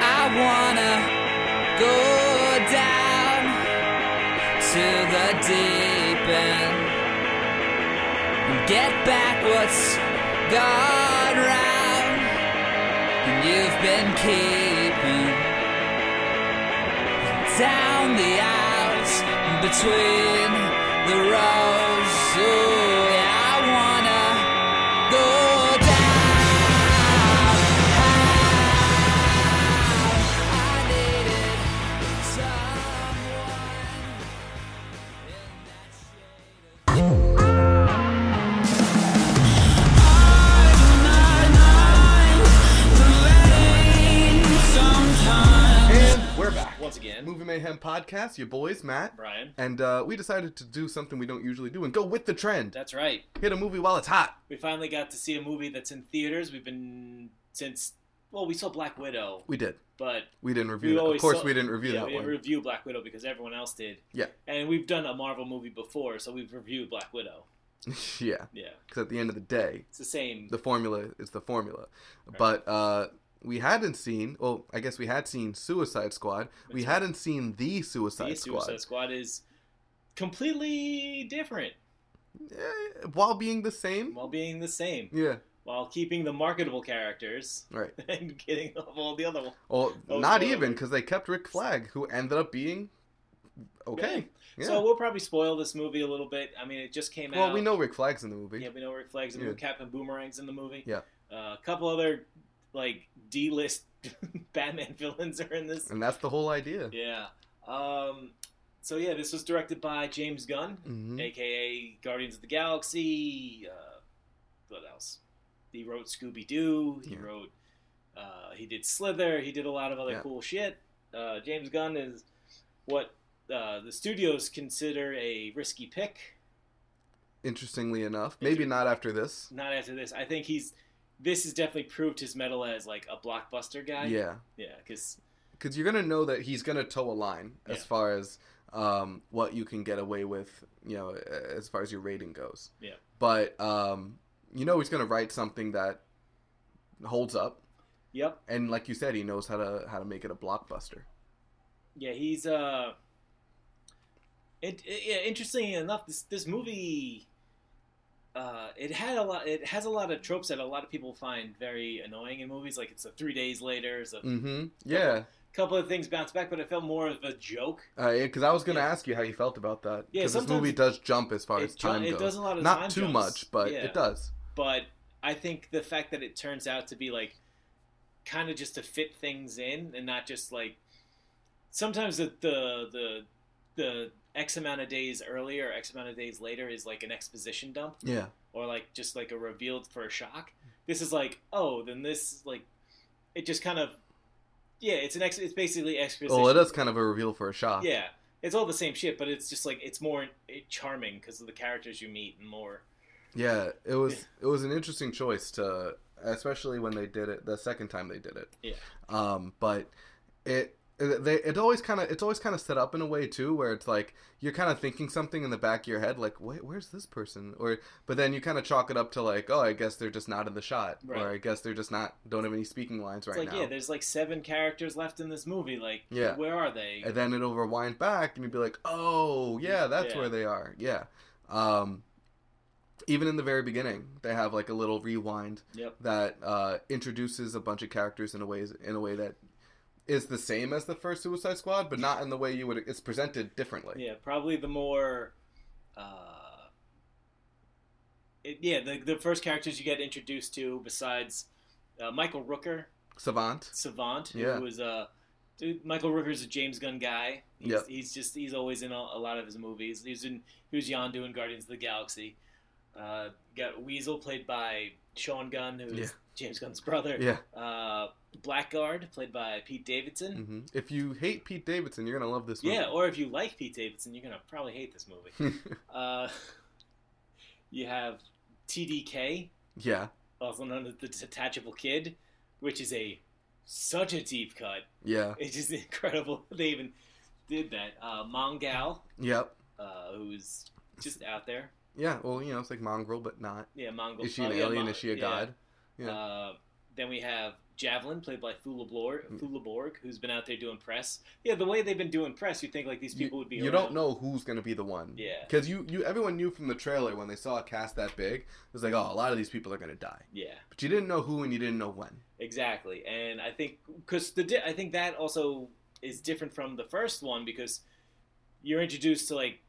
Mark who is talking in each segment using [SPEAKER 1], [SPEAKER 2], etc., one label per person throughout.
[SPEAKER 1] wanna go down to the deep end and get back what's gone round and you've been keeping down the aisles and between the rows. Ooh, yeah, I wanna go down. I needed someone in that shade of
[SPEAKER 2] And we're back.
[SPEAKER 3] Once again,
[SPEAKER 2] Movie Mayhem Podcast, your boys, Matt.
[SPEAKER 3] Brian.
[SPEAKER 2] And uh, we decided to do something we don't usually do and go with the trend.
[SPEAKER 3] That's right.
[SPEAKER 2] Hit a movie while it's hot.
[SPEAKER 3] We finally got to see a movie that's in theaters. We've been since well, we saw Black Widow,
[SPEAKER 2] We did.
[SPEAKER 3] but
[SPEAKER 2] We didn't
[SPEAKER 3] we
[SPEAKER 2] review that. Of
[SPEAKER 3] always
[SPEAKER 2] course,
[SPEAKER 3] saw-
[SPEAKER 2] we didn't review
[SPEAKER 3] yeah,
[SPEAKER 2] that
[SPEAKER 3] we
[SPEAKER 2] one.
[SPEAKER 3] didn't review Black Widow because everyone else did.
[SPEAKER 2] Yeah.
[SPEAKER 3] And we've done a Marvel movie before, so we've reviewed Black Widow.
[SPEAKER 2] yeah.
[SPEAKER 3] Yeah,
[SPEAKER 2] Because at the end of the day,
[SPEAKER 3] it's the same.
[SPEAKER 2] the formula is the formula. But uh, we hadn't seen, well, I guess we had seen Suicide Squad. we
[SPEAKER 3] That's right.
[SPEAKER 2] hadn't seen The Suicide
[SPEAKER 3] The
[SPEAKER 2] Squad.
[SPEAKER 3] Suicide Squad is completely different
[SPEAKER 2] Eh, while being the same?
[SPEAKER 3] while being the same,
[SPEAKER 2] Yeah.
[SPEAKER 3] while keeping the marketable characters
[SPEAKER 2] Right.
[SPEAKER 3] and getting rid of all the other ones.
[SPEAKER 2] Well,
[SPEAKER 3] Oh,
[SPEAKER 2] not
[SPEAKER 3] spoiler.
[SPEAKER 2] even, because they kept Rick Flag, who ended up being okay. Yeah.
[SPEAKER 3] So we'll probably spoil this movie a little bit. I mean, it just came out.
[SPEAKER 2] well, we know Rick Flag's in the movie.
[SPEAKER 3] Yeah, we know Rick Flag's in the
[SPEAKER 2] Yeah.
[SPEAKER 3] movie. Captain Boomerang's in the movie.
[SPEAKER 2] Yeah.
[SPEAKER 3] Uh, a couple other like D-list Batman villains are in this.
[SPEAKER 2] And that's the whole idea.
[SPEAKER 3] Yeah. Um, so yeah, this was directed by James Gunn,
[SPEAKER 2] Mhm.
[SPEAKER 3] aka Guardians of the Galaxy. Uh, what else? He wrote Scooby Doo. He
[SPEAKER 2] Yeah.
[SPEAKER 3] wrote. Uh, he did Slither. He did a lot of other
[SPEAKER 2] Yeah.
[SPEAKER 3] cool shit. Uh, James Gunn is what uh, the studios consider a risky pick.
[SPEAKER 2] Interestingly enough,
[SPEAKER 3] Inter-
[SPEAKER 2] maybe not after this.
[SPEAKER 3] not after this. I think he's this has definitely proved his metal as like a blockbuster guy.
[SPEAKER 2] Yeah,
[SPEAKER 3] yeah, because
[SPEAKER 2] because you're gonna know that he's gonna toe a line as
[SPEAKER 3] Yeah.
[SPEAKER 2] far as um, what you can get away with, you know, as far as your rating goes.
[SPEAKER 3] Yeah.
[SPEAKER 2] But um, you know, he's gonna write something that holds up,
[SPEAKER 3] yep,
[SPEAKER 2] and like you said, he knows how to how to make it a blockbuster.
[SPEAKER 3] yeah, he's uh, it, it- yeah. Interestingly enough, this this movie, uh, it had a lot. It has a lot of tropes that a lot of people find very annoying in movies. Like it's a three days later. It's a
[SPEAKER 2] Mm-hmm. Yeah.
[SPEAKER 3] couple of things bounce back, but it felt more of a joke.
[SPEAKER 2] Because I was gonna
[SPEAKER 3] Yeah.
[SPEAKER 2] ask you how you felt about that.
[SPEAKER 3] Yeah,
[SPEAKER 2] 'Cause this
[SPEAKER 3] sometimes
[SPEAKER 2] movie does jump as far as
[SPEAKER 3] It, ju-
[SPEAKER 2] time
[SPEAKER 3] it
[SPEAKER 2] goes.
[SPEAKER 3] does a lot of
[SPEAKER 2] Not
[SPEAKER 3] time
[SPEAKER 2] too
[SPEAKER 3] jumps.
[SPEAKER 2] much, but
[SPEAKER 3] Yeah.
[SPEAKER 2] it does.
[SPEAKER 3] but I think the fact that it turns out to be like kind of just to fit things in and not just like sometimes the the the, the X amount of days earlier, or X amount of days later is like an exposition dump
[SPEAKER 2] Yeah.
[SPEAKER 3] or like just like a revealed for a shock. This is like, oh, then this like it just kind of yeah, it's an ex it's basically exposition.
[SPEAKER 2] Well, Oh, it is kind of a reveal for a shock.
[SPEAKER 3] Yeah, it's all the same shit, but it's just like it's more eh, charming because of the characters you meet and more.
[SPEAKER 2] Yeah, it was it was an interesting choice to, especially when they did it the second time they did it.
[SPEAKER 3] Yeah.
[SPEAKER 2] Um, but it they it always kind of it's always kind of set up in a way too where it's like you're kind of thinking something in the back of your head like wait where's this person or but then you kind of chalk it up to like oh I guess they're just not in the shot or
[SPEAKER 3] Right.
[SPEAKER 2] I guess they're just not don't have any speaking lines
[SPEAKER 3] It's
[SPEAKER 2] right
[SPEAKER 3] like,
[SPEAKER 2] now.
[SPEAKER 3] yeah, there's like seven characters left in this movie. Like,
[SPEAKER 2] Yeah.
[SPEAKER 3] where are they?
[SPEAKER 2] and then it'll rewind back and you'd be like oh yeah that's
[SPEAKER 3] Yeah.
[SPEAKER 2] where they are yeah um even in the very beginning they have like a little rewind
[SPEAKER 3] Yep.
[SPEAKER 2] that uh introduces a bunch of characters in a ways in a way that is the same as the first suicide squad but not in the way you would it's presented differently
[SPEAKER 3] Yeah, probably the more. Uh, it, yeah, the, the first characters you get introduced to, besides uh, Michael Rooker,
[SPEAKER 2] savant
[SPEAKER 3] Savant, who
[SPEAKER 2] Yeah.
[SPEAKER 3] was uh, dude, Michael Rooker's a James Gunn guy. He's,
[SPEAKER 2] Yep.
[SPEAKER 3] he's just he's always in a, a lot of his movies. He was in he was Yondu in Guardians of the Galaxy. Uh, got Weasel played by Sean Gunn, who's
[SPEAKER 2] Yeah.
[SPEAKER 3] James Gunn's brother.
[SPEAKER 2] yeah
[SPEAKER 3] Uh, Blackguard played by Pete Davidson.
[SPEAKER 2] hmm if you hate pete davidson you're gonna love this movie
[SPEAKER 3] Yeah, or if you like Pete Davidson, you're gonna probably hate this movie. uh, you have TDK,
[SPEAKER 2] yeah
[SPEAKER 3] also known as the Detachable Kid, which is a such a deep cut.
[SPEAKER 2] yeah
[SPEAKER 3] It's just incredible they even did that. Uh, Mongal,
[SPEAKER 2] yep
[SPEAKER 3] uh, who's just out there.
[SPEAKER 2] yeah well you know it's like mongrel but not
[SPEAKER 3] Yeah, Mongol.
[SPEAKER 2] is she an
[SPEAKER 3] oh, yeah,
[SPEAKER 2] alien
[SPEAKER 3] Mon-
[SPEAKER 2] is she a
[SPEAKER 3] yeah.
[SPEAKER 2] god yeah.
[SPEAKER 3] Uh, then we have Javelin, played by Thula Borg,
[SPEAKER 2] Mm.
[SPEAKER 3] Thula Borg, who's been out there doing press. Yeah, the way they've been doing press, you think like these people
[SPEAKER 2] you,
[SPEAKER 3] would be.
[SPEAKER 2] you
[SPEAKER 3] around.
[SPEAKER 2] don't know who's gonna be the one.
[SPEAKER 3] Yeah.
[SPEAKER 2] Because you, you everyone knew from the trailer when they saw a cast that big, it was like, oh, a lot of these people are gonna die.
[SPEAKER 3] Yeah,
[SPEAKER 2] But you didn't know who and you didn't know when.
[SPEAKER 3] exactly. And I think because the di- I think that also is different from the first one because you're introduced to like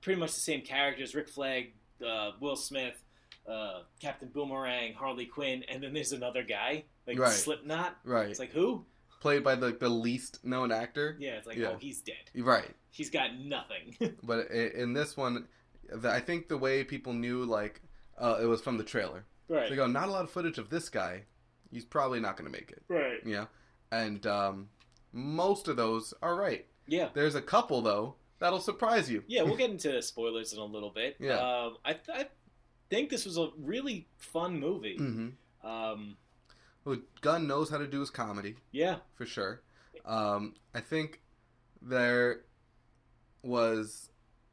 [SPEAKER 3] pretty much the same characters: Rick Flag, uh, Will Smith, uh, Captain Boomerang, Harley Quinn, and then there's another guy like
[SPEAKER 2] Right.
[SPEAKER 3] Slipknot.
[SPEAKER 2] Right.
[SPEAKER 3] It's like who?
[SPEAKER 2] Played by the the least known actor.
[SPEAKER 3] Yeah, it's like
[SPEAKER 2] Yeah.
[SPEAKER 3] oh, he's dead.
[SPEAKER 2] Right.
[SPEAKER 3] He's got nothing.
[SPEAKER 2] But i- in this one, the, I think the way people knew, like, uh, it was from the trailer.
[SPEAKER 3] right.
[SPEAKER 2] They go, not a lot of footage of this guy. He's probably not going to make it.
[SPEAKER 3] right.
[SPEAKER 2] Yeah. And um, most of those are right.
[SPEAKER 3] Yeah.
[SPEAKER 2] There's a couple, though, that'll surprise you.
[SPEAKER 3] Yeah, we'll get into spoilers in a little bit.
[SPEAKER 2] Yeah.
[SPEAKER 3] Um, I, th- I think this was a really fun movie.
[SPEAKER 2] hmm
[SPEAKER 3] Um,
[SPEAKER 2] Well, Gunn knows how to do his comedy,
[SPEAKER 3] yeah.
[SPEAKER 2] for sure. Um, I think there was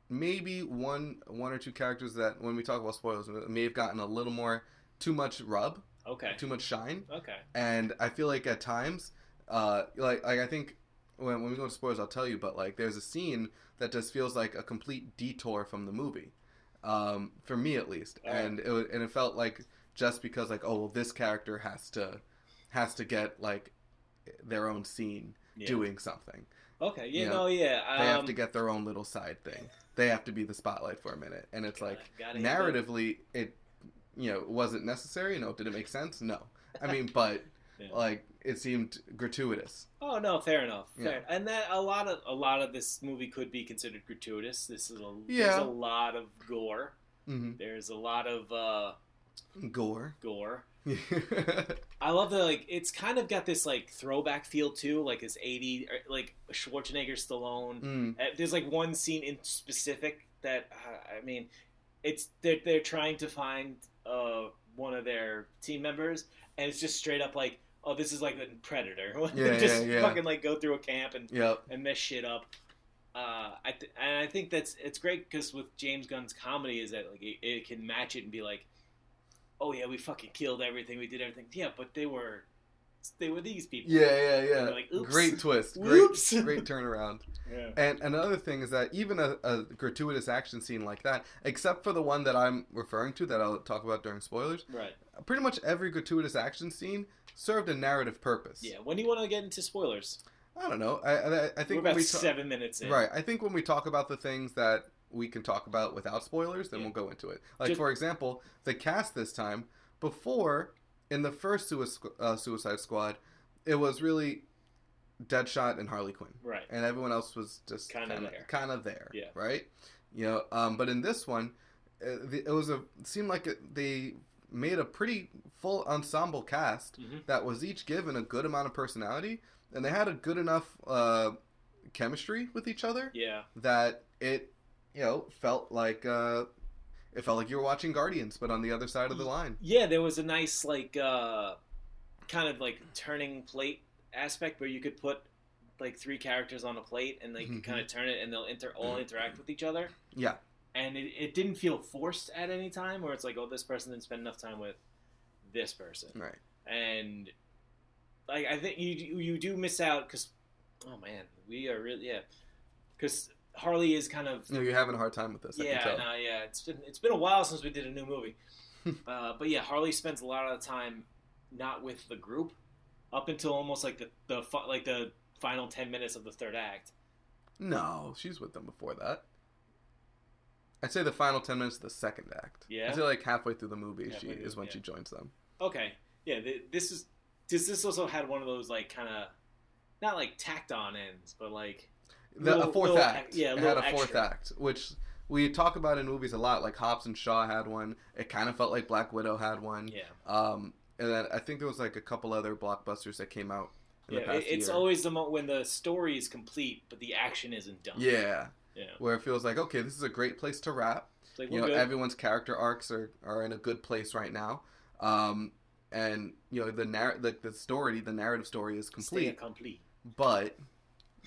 [SPEAKER 2] maybe one one or two characters that, when we talk about spoilers, may have gotten a little more too much rub,
[SPEAKER 3] Okay.
[SPEAKER 2] too much shine.
[SPEAKER 3] Okay.
[SPEAKER 2] and I feel like at times, uh, like like I think when when we go to spoilers, I'll tell you, but like there's a scene that just feels like a complete detour from the movie, um, for me at least,
[SPEAKER 3] Oh.
[SPEAKER 2] and it wa- and it felt like just because like oh well this character has to has to get like their own scene
[SPEAKER 3] Yeah.
[SPEAKER 2] doing something
[SPEAKER 3] Okay. Yeah.
[SPEAKER 2] Yeah.
[SPEAKER 3] No. Yeah.
[SPEAKER 2] they
[SPEAKER 3] Um,
[SPEAKER 2] have to get their own little side thing they have to be the spotlight for a minute and it's like
[SPEAKER 3] uh, gotta hit
[SPEAKER 2] narratively it you know wasn't necessary no did it make sense no i mean but
[SPEAKER 3] Yeah.
[SPEAKER 2] like it seemed gratuitous
[SPEAKER 3] the- Oh no. Fair enough. Fair.
[SPEAKER 2] Yeah.
[SPEAKER 3] And that a lot of a lot of this movie could be considered gratuitous. This is a
[SPEAKER 2] Yeah.
[SPEAKER 3] there's a lot of gore.
[SPEAKER 2] hmm
[SPEAKER 3] There's a lot of uh,
[SPEAKER 2] gore
[SPEAKER 3] gore.
[SPEAKER 2] yeah
[SPEAKER 3] I love the like. It's kind of got this like throwback feel too, like his eighty, or, like Schwarzenegger, Stallone.
[SPEAKER 2] Mm.
[SPEAKER 3] Uh, there's like one scene in specific that uh, I mean, it's they're they're trying to find uh one of their team members, and it's just straight up like, oh, this is like a predator. They
[SPEAKER 2] yeah,
[SPEAKER 3] just
[SPEAKER 2] yeah.
[SPEAKER 3] fucking like go through a camp and
[SPEAKER 2] yep
[SPEAKER 3] and mess shit up. Uh, I th- and I think that's it's great because with James Gunn's comedy is that like it, it can match it and be like, oh yeah, we fucking killed everything, we did everything, yeah, but they were they were these people,
[SPEAKER 2] yeah yeah yeah
[SPEAKER 3] They're like, "Oops."
[SPEAKER 2] great twist great
[SPEAKER 3] Whoops.
[SPEAKER 2] great turnaround
[SPEAKER 3] yeah,
[SPEAKER 2] and another thing is that even a, a gratuitous action scene like that except for the one that i'm referring to that i'll talk about during spoilers
[SPEAKER 3] right,
[SPEAKER 2] pretty much every gratuitous action scene served a narrative purpose
[SPEAKER 3] yeah. When do you want to get into spoilers?
[SPEAKER 2] i don't know i i, I think
[SPEAKER 3] we're
[SPEAKER 2] when
[SPEAKER 3] about
[SPEAKER 2] we ta-
[SPEAKER 3] seven minutes in,
[SPEAKER 2] Right. I think when we talk about the things that we can talk about without spoilers, then
[SPEAKER 3] Yeah.
[SPEAKER 2] we'll go into it. Like
[SPEAKER 3] Just-
[SPEAKER 2] for example, the cast this time before in the first Suicide, uh, Suicide Squad, it was really Deadshot and Harley Quinn,
[SPEAKER 3] right,
[SPEAKER 2] and everyone else was just
[SPEAKER 3] Kinda
[SPEAKER 2] kind of
[SPEAKER 3] there.
[SPEAKER 2] kind of there.
[SPEAKER 3] Yeah.
[SPEAKER 2] Right. You know. Um. But in this one, uh, the- it was a seemed like it, they made a pretty full ensemble cast
[SPEAKER 3] hmm
[SPEAKER 2] that was each given a good amount of personality, and they had a good enough uh, chemistry with each other
[SPEAKER 3] yeah,
[SPEAKER 2] that it, you know, felt like uh, it felt like you were watching Guardians, but on the other side of the
[SPEAKER 3] Mm.
[SPEAKER 2] line.
[SPEAKER 3] yeah. There was a nice like uh, kind of like turning plate aspect where you could put like three characters on a plate and they can
[SPEAKER 2] Mhm.
[SPEAKER 3] kind of turn it and they'll inter all interact with each other.
[SPEAKER 2] Mm-hmm. Yeah.
[SPEAKER 3] and it, it didn't feel forced at any time where it's like oh this person didn't spend enough time with this person
[SPEAKER 2] Right.
[SPEAKER 3] and like i think you you do miss out because oh man we are really yeah because harley is kind of
[SPEAKER 2] No, you're having a hard time with this. I can
[SPEAKER 3] yeah
[SPEAKER 2] tell.
[SPEAKER 3] no, yeah it's been it's been a while since we did a new movie uh, but yeah harley spends a lot of the time not with the group up until almost like the, the fi- like the final 10 minutes of the third act
[SPEAKER 2] No, she's with them before that. I'd say the final ten minutes of the second act.
[SPEAKER 3] Yeah?
[SPEAKER 2] I'd say like halfway through the movie, she
[SPEAKER 3] Halfway through,
[SPEAKER 2] is when
[SPEAKER 3] yeah.
[SPEAKER 2] she joins them.
[SPEAKER 3] Okay. Yeah. Th- this is. Does this also had one of those like kind of, not like tacked on ends, but like
[SPEAKER 2] The,
[SPEAKER 3] Little-
[SPEAKER 2] a fourth
[SPEAKER 3] little
[SPEAKER 2] act.
[SPEAKER 3] ex- yeah,
[SPEAKER 2] it had
[SPEAKER 3] little
[SPEAKER 2] a fourth
[SPEAKER 3] extra.
[SPEAKER 2] act, which we talk about in movies a lot. Like Hobbs and Shaw had one. It kind of felt like Black Widow had one.
[SPEAKER 3] yeah,
[SPEAKER 2] Um, and then I think there was like a couple other blockbusters that came out in
[SPEAKER 3] yeah.
[SPEAKER 2] the past
[SPEAKER 3] it- it's
[SPEAKER 2] year.
[SPEAKER 3] always the moment when the story is complete, but the action isn't done.
[SPEAKER 2] yeah,
[SPEAKER 3] Yeah.
[SPEAKER 2] where it feels like okay, this is a great place to wrap.
[SPEAKER 3] It's like
[SPEAKER 2] You
[SPEAKER 3] we're
[SPEAKER 2] know,
[SPEAKER 3] good.
[SPEAKER 2] everyone's character arcs are, are in a good place right now. Um, and you know the narr- the, the story, the narrative story is
[SPEAKER 3] Stay
[SPEAKER 2] complete,
[SPEAKER 3] complete.
[SPEAKER 2] but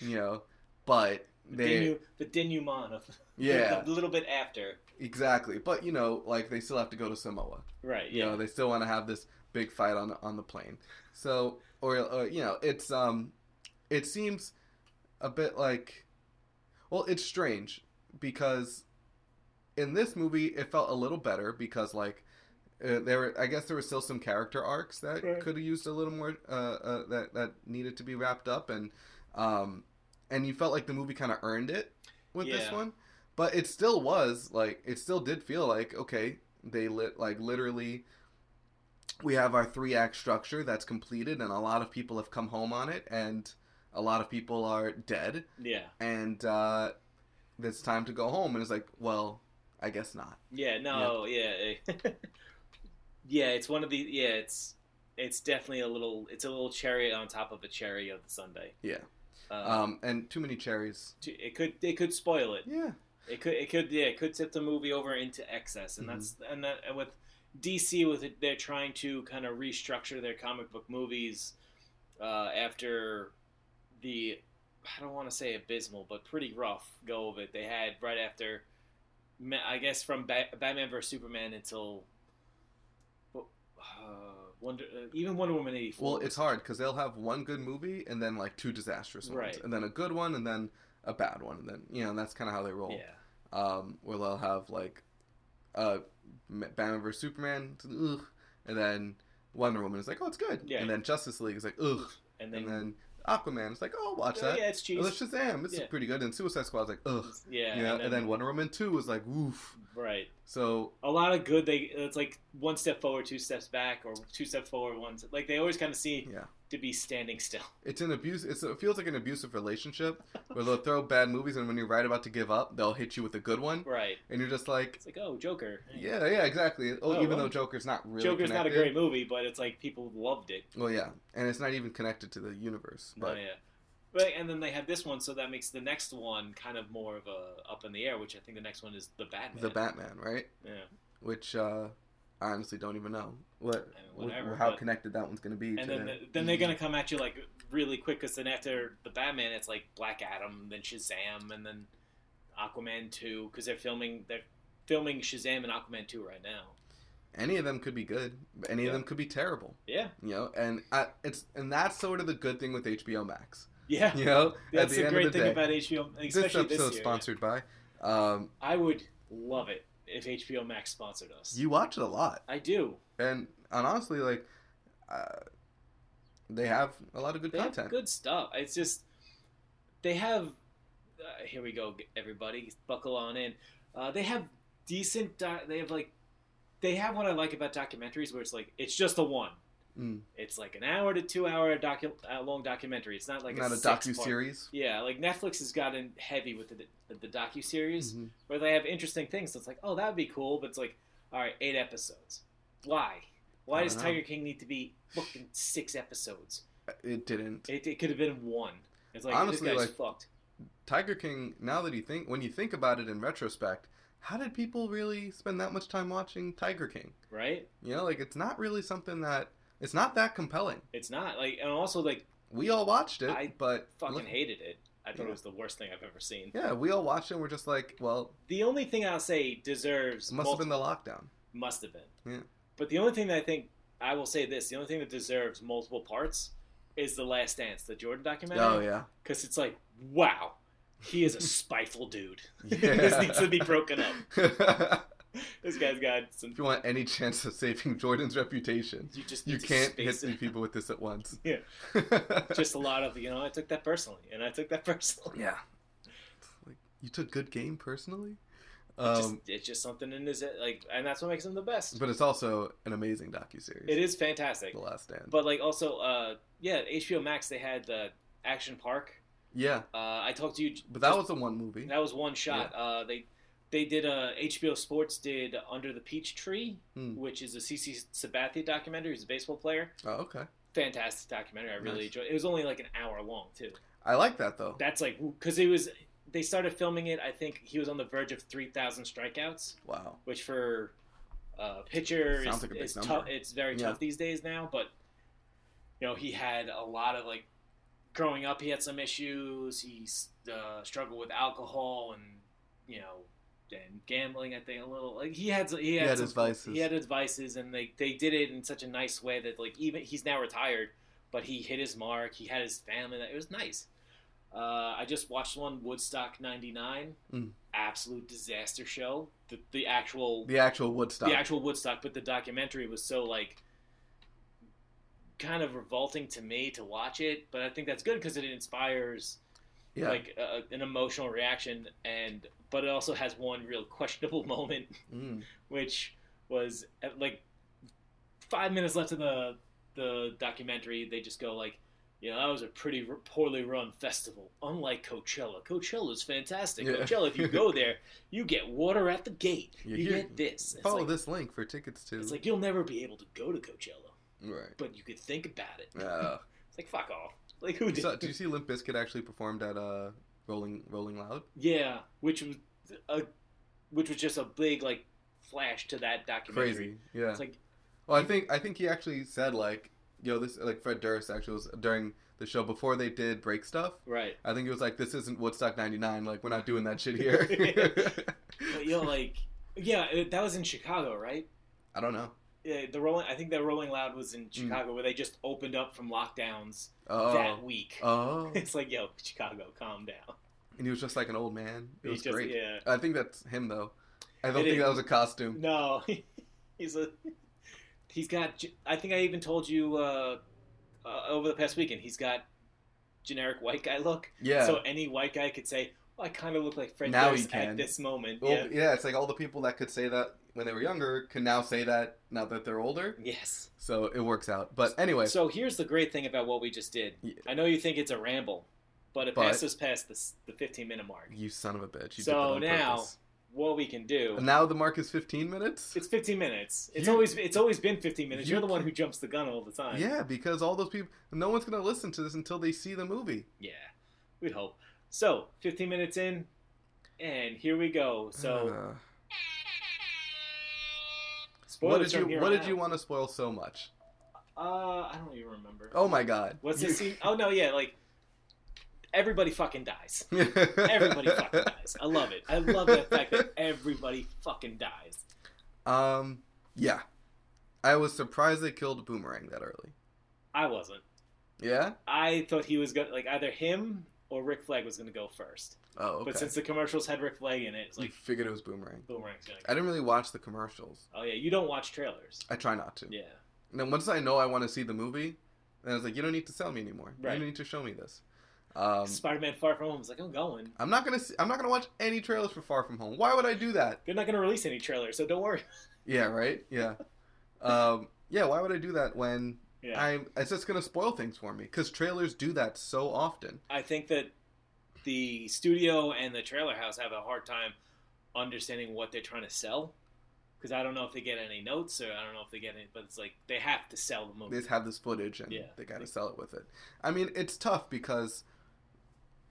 [SPEAKER 2] you know, but
[SPEAKER 3] The,
[SPEAKER 2] they
[SPEAKER 3] denu- the denouement of
[SPEAKER 2] yeah
[SPEAKER 3] a little bit after.
[SPEAKER 2] exactly. But you know, like they still have to go to Samoa.
[SPEAKER 3] Right.
[SPEAKER 2] You
[SPEAKER 3] Yeah.
[SPEAKER 2] know, they still want to have this big fight on on the plane. So or, or you know, it's um, it seems a bit like, well, it's strange because in this movie it felt a little better because like uh, there were, I guess there were still some character arcs that
[SPEAKER 3] Right.
[SPEAKER 2] could have used a little more uh, uh, that that needed to be wrapped up and um and you felt like the movie kind of earned it with this
[SPEAKER 3] Yeah.
[SPEAKER 2] one but it still was like it still did feel like okay they lit like literally we have our three act structure that's completed and a lot of people have come home on it and a lot of people are dead
[SPEAKER 3] Yeah.
[SPEAKER 2] and uh it's time to go home and it's like well i guess not
[SPEAKER 3] Yeah, no, yeah. eh. yeah, it's one of the yeah, it's it's definitely a little it's a little cherry on top of a cherry of the Sunday.
[SPEAKER 2] Yeah.
[SPEAKER 3] Uh,
[SPEAKER 2] um and too many cherries
[SPEAKER 3] t- it could it could spoil it.
[SPEAKER 2] yeah
[SPEAKER 3] It could it could yeah, it could tip the movie over into excess and
[SPEAKER 2] Mhm.
[SPEAKER 3] that's and that and with DC with it, they're trying to kind of restructure their comic book movies uh, after the I don't want to say abysmal but pretty rough go of it they had right after Ma- I guess from ba- Batman vs Superman until uh, Wonder uh, even Wonder Woman 84
[SPEAKER 2] well it's hard because they'll have one good movie and then like two disastrous ones
[SPEAKER 3] Right.
[SPEAKER 2] and then a good one and then a bad one and then you know and that's kind of how they roll
[SPEAKER 3] yeah
[SPEAKER 2] um, where they'll have like uh, M- Batman vs Superman, ugh, and then Wonder Woman is like, oh, it's good,
[SPEAKER 3] Yeah.
[SPEAKER 2] and then Justice League is like, ugh,
[SPEAKER 3] and then,
[SPEAKER 2] and then Aquaman is like, oh, watch
[SPEAKER 3] Oh,
[SPEAKER 2] that.
[SPEAKER 3] yeah it's cheese
[SPEAKER 2] Oh, that's Shazam, it's
[SPEAKER 3] Yeah.
[SPEAKER 2] pretty good, and Suicide Squad is like, ugh,
[SPEAKER 3] yeah,
[SPEAKER 2] you know, and, then, Wonder Woman two was like, woof.
[SPEAKER 3] right
[SPEAKER 2] So
[SPEAKER 3] a lot of good. They it's like one step forward, two steps back, or two steps forward, one step, like they always kind of seem
[SPEAKER 2] Yeah.
[SPEAKER 3] to be standing still.
[SPEAKER 2] it's an abuse. It's, it feels like an abusive relationship where they'll throw bad movies, and when you're right about to give up, they'll hit you with a good one,
[SPEAKER 3] Right?
[SPEAKER 2] and you're just like,
[SPEAKER 3] It's like oh, Joker.
[SPEAKER 2] yeah, yeah, exactly. Oh,
[SPEAKER 3] Oh,
[SPEAKER 2] even
[SPEAKER 3] well,
[SPEAKER 2] though Joker's not really
[SPEAKER 3] Joker's not a
[SPEAKER 2] connected.
[SPEAKER 3] great movie, but it's like people loved it.
[SPEAKER 2] Well, yeah, and it's not even connected to the universe.
[SPEAKER 3] But
[SPEAKER 2] But
[SPEAKER 3] yeah. But, and then they had this one, so that makes the next one kind of more of a up in the air, which I think the next one is the Batman.
[SPEAKER 2] the Batman, right?
[SPEAKER 3] Yeah.
[SPEAKER 2] Which uh, I honestly don't even know what,
[SPEAKER 3] I mean, whatever,
[SPEAKER 2] wh- how
[SPEAKER 3] but-
[SPEAKER 2] connected that one's going to be.
[SPEAKER 3] And
[SPEAKER 2] to
[SPEAKER 3] then,
[SPEAKER 2] the- E
[SPEAKER 3] the, then they're gonna come at you like really quick, because then after the Batman, it's like Black Adam, then Shazam, and then Aquaman two, because they're filming they're filming Shazam and Aquaman two right now.
[SPEAKER 2] any of them could be good. but Any
[SPEAKER 3] Yeah.
[SPEAKER 2] of them could be terrible.
[SPEAKER 3] Yeah,
[SPEAKER 2] You know, and I, it's and that's sort of the good thing with HBO Max.
[SPEAKER 3] Yeah,
[SPEAKER 2] You know,
[SPEAKER 3] that's
[SPEAKER 2] at the
[SPEAKER 3] a
[SPEAKER 2] end
[SPEAKER 3] great
[SPEAKER 2] of the
[SPEAKER 3] thing
[SPEAKER 2] day,
[SPEAKER 3] about HBO,
[SPEAKER 2] this
[SPEAKER 3] especially
[SPEAKER 2] episode
[SPEAKER 3] this, year.
[SPEAKER 2] sponsored by. Um,
[SPEAKER 3] I would love it if HBO Max sponsored us.
[SPEAKER 2] you watch it a lot,
[SPEAKER 3] I do.
[SPEAKER 2] and and honestly, like, uh, they have a lot of good
[SPEAKER 3] They
[SPEAKER 2] content.
[SPEAKER 3] have good stuff. It's just they have. Uh, here we go, everybody, buckle on in. Uh, they have decent. Doc- they have like they have what I like about documentaries, where it's like it's just a one.
[SPEAKER 2] Mm.
[SPEAKER 3] It's like an hour to two hour docu- uh, long documentary. It's not like
[SPEAKER 2] Not a,
[SPEAKER 3] six-part-
[SPEAKER 2] docu series.
[SPEAKER 3] Yeah, like Netflix has gotten heavy with the the, the docu
[SPEAKER 2] Mm-hmm.
[SPEAKER 3] series. where they have interesting things. So it's like, oh, that would be cool, but it's like, all right, eight episodes. Why? Why
[SPEAKER 2] I
[SPEAKER 3] does
[SPEAKER 2] don't know.
[SPEAKER 3] Tiger King need to be fucking six episodes?
[SPEAKER 2] Uh, It didn't.
[SPEAKER 3] It, it could have been one. It's like
[SPEAKER 2] Honestly,
[SPEAKER 3] this guy's
[SPEAKER 2] like-
[SPEAKER 3] fucked.
[SPEAKER 2] Tiger King. Now that you think, when you think about it in retrospect, how did people really spend that much time watching Tiger King?
[SPEAKER 3] Right?
[SPEAKER 2] You know, like it's not really something that it's not that compelling.
[SPEAKER 3] It's not like, and also like,
[SPEAKER 2] We all watched it,
[SPEAKER 3] I
[SPEAKER 2] but
[SPEAKER 3] fucking
[SPEAKER 2] look-
[SPEAKER 3] hated it. I thought
[SPEAKER 2] Yeah.
[SPEAKER 3] it was the worst thing I've ever seen.
[SPEAKER 2] Yeah, we all watched it. and We're just like, well,
[SPEAKER 3] The only thing I'll say deserves
[SPEAKER 2] it must have been the lockdown.
[SPEAKER 3] been must have been.
[SPEAKER 2] Yeah.
[SPEAKER 3] But the only thing that I think I will say this: the only thing that deserves multiple parts is the Last Dance, the Jordan documentary.
[SPEAKER 2] Oh yeah,
[SPEAKER 3] because it's like, wow, he is a spiteful dude.
[SPEAKER 2] Yeah.
[SPEAKER 3] this needs to be broken up.
[SPEAKER 2] if
[SPEAKER 3] This guy's got some.
[SPEAKER 2] you want any chance of saving Jordan's reputation,
[SPEAKER 3] You just need
[SPEAKER 2] you
[SPEAKER 3] to
[SPEAKER 2] can't hit
[SPEAKER 3] space
[SPEAKER 2] three
[SPEAKER 3] it.
[SPEAKER 2] people with this at once.
[SPEAKER 3] Yeah. Just a lot of you know. I took that personally, and I took that personally.
[SPEAKER 2] yeah. It's like you took good game personally.
[SPEAKER 3] It's
[SPEAKER 2] Um,
[SPEAKER 3] just, it's just something in his like, and that's what makes him the best.
[SPEAKER 2] But it's also an amazing docu series.
[SPEAKER 3] It is fantastic.
[SPEAKER 2] The Last Stand.
[SPEAKER 3] But like also, uh, yeah, HBO Max they had the Action Park.
[SPEAKER 2] yeah,
[SPEAKER 3] Uh, I talked to you,
[SPEAKER 2] but that was the one movie.
[SPEAKER 3] that was one shot. Uh, they they did uh, HBO Sports did Under the Peach Tree,
[SPEAKER 2] Hmm.
[SPEAKER 3] which is a CC Sabathia documentary. He's a baseball player.
[SPEAKER 2] Oh, okay.
[SPEAKER 3] fantastic documentary. I really
[SPEAKER 2] Nice.
[SPEAKER 3] enjoyed. It was only like an hour long too.
[SPEAKER 2] I like that though.
[SPEAKER 3] That's like because it was they started filming it. I think he was on the verge of three thousand strikeouts,
[SPEAKER 2] wow.
[SPEAKER 3] which for uh, pitcher
[SPEAKER 2] Sounds
[SPEAKER 3] is,
[SPEAKER 2] like a big
[SPEAKER 3] is
[SPEAKER 2] number.
[SPEAKER 3] tough. It's very
[SPEAKER 2] Yeah.
[SPEAKER 3] tough these days now. But you know he had a lot of like growing up. He had some issues. He uh, struggled with alcohol and you know and gambling. I think a little like he had he had,
[SPEAKER 2] had
[SPEAKER 3] some-
[SPEAKER 2] his vices.
[SPEAKER 3] He had his vices, and they they did it in such a nice way that like even he's now retired, but he hit his mark. He had his family. It was nice. Uh, I just watched one Woodstock '99,
[SPEAKER 2] Mm.
[SPEAKER 3] absolute disaster show. The, the actual
[SPEAKER 2] The actual Woodstock.
[SPEAKER 3] the actual Woodstock, but the documentary was so like kind of revolting to me to watch it. But I think that's good because it inspires
[SPEAKER 2] yeah.
[SPEAKER 3] like uh, an emotional reaction, and but it also has one real questionable moment,
[SPEAKER 2] Mm.
[SPEAKER 3] which was at, like five minutes left in the the documentary. They just go like. You know, that was a pretty r- poorly run festival. Unlike Coachella, Coachella is fantastic.
[SPEAKER 2] Yeah.
[SPEAKER 3] Coachella, if you go there, you get water at the gate.
[SPEAKER 2] You
[SPEAKER 3] You,
[SPEAKER 2] hear-
[SPEAKER 3] get this. It's
[SPEAKER 2] Follow
[SPEAKER 3] like-
[SPEAKER 2] this link for tickets to.
[SPEAKER 3] it's like you'll never be able to go to Coachella,
[SPEAKER 2] right.
[SPEAKER 3] but you could think about it.
[SPEAKER 2] Uh,
[SPEAKER 3] It's like fuck off. Like who
[SPEAKER 2] you
[SPEAKER 3] did?
[SPEAKER 2] saw, did you see Limp Bizkit actually performed at uh, Rolling Rolling Loud?
[SPEAKER 3] yeah, which was a, which was just a big like flash to that documentary.
[SPEAKER 2] Crazy. Yeah.
[SPEAKER 3] It's like
[SPEAKER 2] Well, I think I think he actually said like, yo, this like Fred Durst actually was during the show before they did break stuff.
[SPEAKER 3] right,
[SPEAKER 2] I think it was like this isn't Woodstock '99. Like we're not doing that shit here.
[SPEAKER 3] but you know, like yeah, it, that was in Chicago, right?
[SPEAKER 2] I don't know.
[SPEAKER 3] Yeah, the rolling. I think that Rolling Loud was in Chicago, where they just opened up from lockdowns
[SPEAKER 2] Mm. Oh,
[SPEAKER 3] that week.
[SPEAKER 2] oh,
[SPEAKER 3] It's like yo, Chicago, calm down.
[SPEAKER 2] and he was just like an old man. It
[SPEAKER 3] He's
[SPEAKER 2] was
[SPEAKER 3] just-
[SPEAKER 2] great.
[SPEAKER 3] Yeah,
[SPEAKER 2] I think that's him though. I don't
[SPEAKER 3] It
[SPEAKER 2] think
[SPEAKER 3] is.
[SPEAKER 2] that was a costume.
[SPEAKER 3] No, he's a he's got. ge- I think I even told you uh, uh, over the past weekend he's got generic white guy look.
[SPEAKER 2] Yeah.
[SPEAKER 3] So any white guy could say, well, "I kind of look like Fred
[SPEAKER 2] Now he
[SPEAKER 3] Durst
[SPEAKER 2] can.
[SPEAKER 3] at this moment."
[SPEAKER 2] well,
[SPEAKER 3] yeah.
[SPEAKER 2] yeah. it's like all the people that could say that when they were younger can now say that now that they're older.
[SPEAKER 3] Yes.
[SPEAKER 2] So it works out. But anyway,
[SPEAKER 3] So here's the great thing about what we just did.
[SPEAKER 2] Yeah.
[SPEAKER 3] I know you think it's a ramble, but it
[SPEAKER 2] But-
[SPEAKER 3] passes past the, s- the 15 minute mark.
[SPEAKER 2] you son of a bitch. You did that
[SPEAKER 3] So
[SPEAKER 2] on
[SPEAKER 3] now-
[SPEAKER 2] purpose.
[SPEAKER 3] What we can do.
[SPEAKER 2] And now the mark is 15 minutes?
[SPEAKER 3] It's 15 minutes. It's
[SPEAKER 2] You-
[SPEAKER 3] always it's always been 15 minutes.
[SPEAKER 2] you
[SPEAKER 3] You're the one
[SPEAKER 2] can-
[SPEAKER 3] who jumps the gun all the time.
[SPEAKER 2] Yeah, because all those people, no one's going to listen to this until they see the movie.
[SPEAKER 3] Yeah, we'd hope. So, 15 minutes in, and here we go. So,
[SPEAKER 2] Uh,
[SPEAKER 3] spoilers
[SPEAKER 2] what did
[SPEAKER 3] from
[SPEAKER 2] you
[SPEAKER 3] here
[SPEAKER 2] What
[SPEAKER 3] on
[SPEAKER 2] did you
[SPEAKER 3] out.
[SPEAKER 2] want to spoil so much?
[SPEAKER 3] Uh, I don't even remember.
[SPEAKER 2] Oh my god.
[SPEAKER 3] What's
[SPEAKER 2] You-
[SPEAKER 3] the scene? Oh no, yeah, like everybody fucking dies. Everybody fucking dies. I love it. I love the fact that everybody fucking dies.
[SPEAKER 2] um, yeah. I was surprised they killed Boomerang that early.
[SPEAKER 3] I wasn't.
[SPEAKER 2] Yeah?
[SPEAKER 3] I thought he was gonna like either him or Rick Flag was gonna go first.
[SPEAKER 2] Oh, okay.
[SPEAKER 3] But since the commercials had Rick Flag in it, it's
[SPEAKER 2] you
[SPEAKER 3] like
[SPEAKER 2] figured it was Boomerang.
[SPEAKER 3] Boomerang's gonna.
[SPEAKER 2] I didn't really watch the commercials.
[SPEAKER 3] Oh yeah, you don't watch trailers.
[SPEAKER 2] I try not to.
[SPEAKER 3] Yeah.
[SPEAKER 2] And then once I know I want to see the movie, then I was like, you don't need to sell me anymore.
[SPEAKER 3] Right.
[SPEAKER 2] You don't need to show me this. Um,
[SPEAKER 3] Spider-Man: Far From Home is like I'm going.
[SPEAKER 2] I'm not gonna. See, I'm not gonna watch any trailers for Far From Home. Why would I do that?
[SPEAKER 3] They're not going to release any trailers, so don't worry.
[SPEAKER 2] Yeah, right. Yeah, um, yeah. Why would I do that when
[SPEAKER 3] Yeah.
[SPEAKER 2] I'm? It's just gonna spoil things for me because trailers do that so often.
[SPEAKER 3] I think that the studio and the trailer house have a hard time understanding what they're trying to sell because I don't know if they get any notes or I don't know if they get any, but it's like they have to sell the
[SPEAKER 2] They
[SPEAKER 3] movie.
[SPEAKER 2] just have this footage and
[SPEAKER 3] Yeah.
[SPEAKER 2] they gotta sell it with it. I mean, it's tough because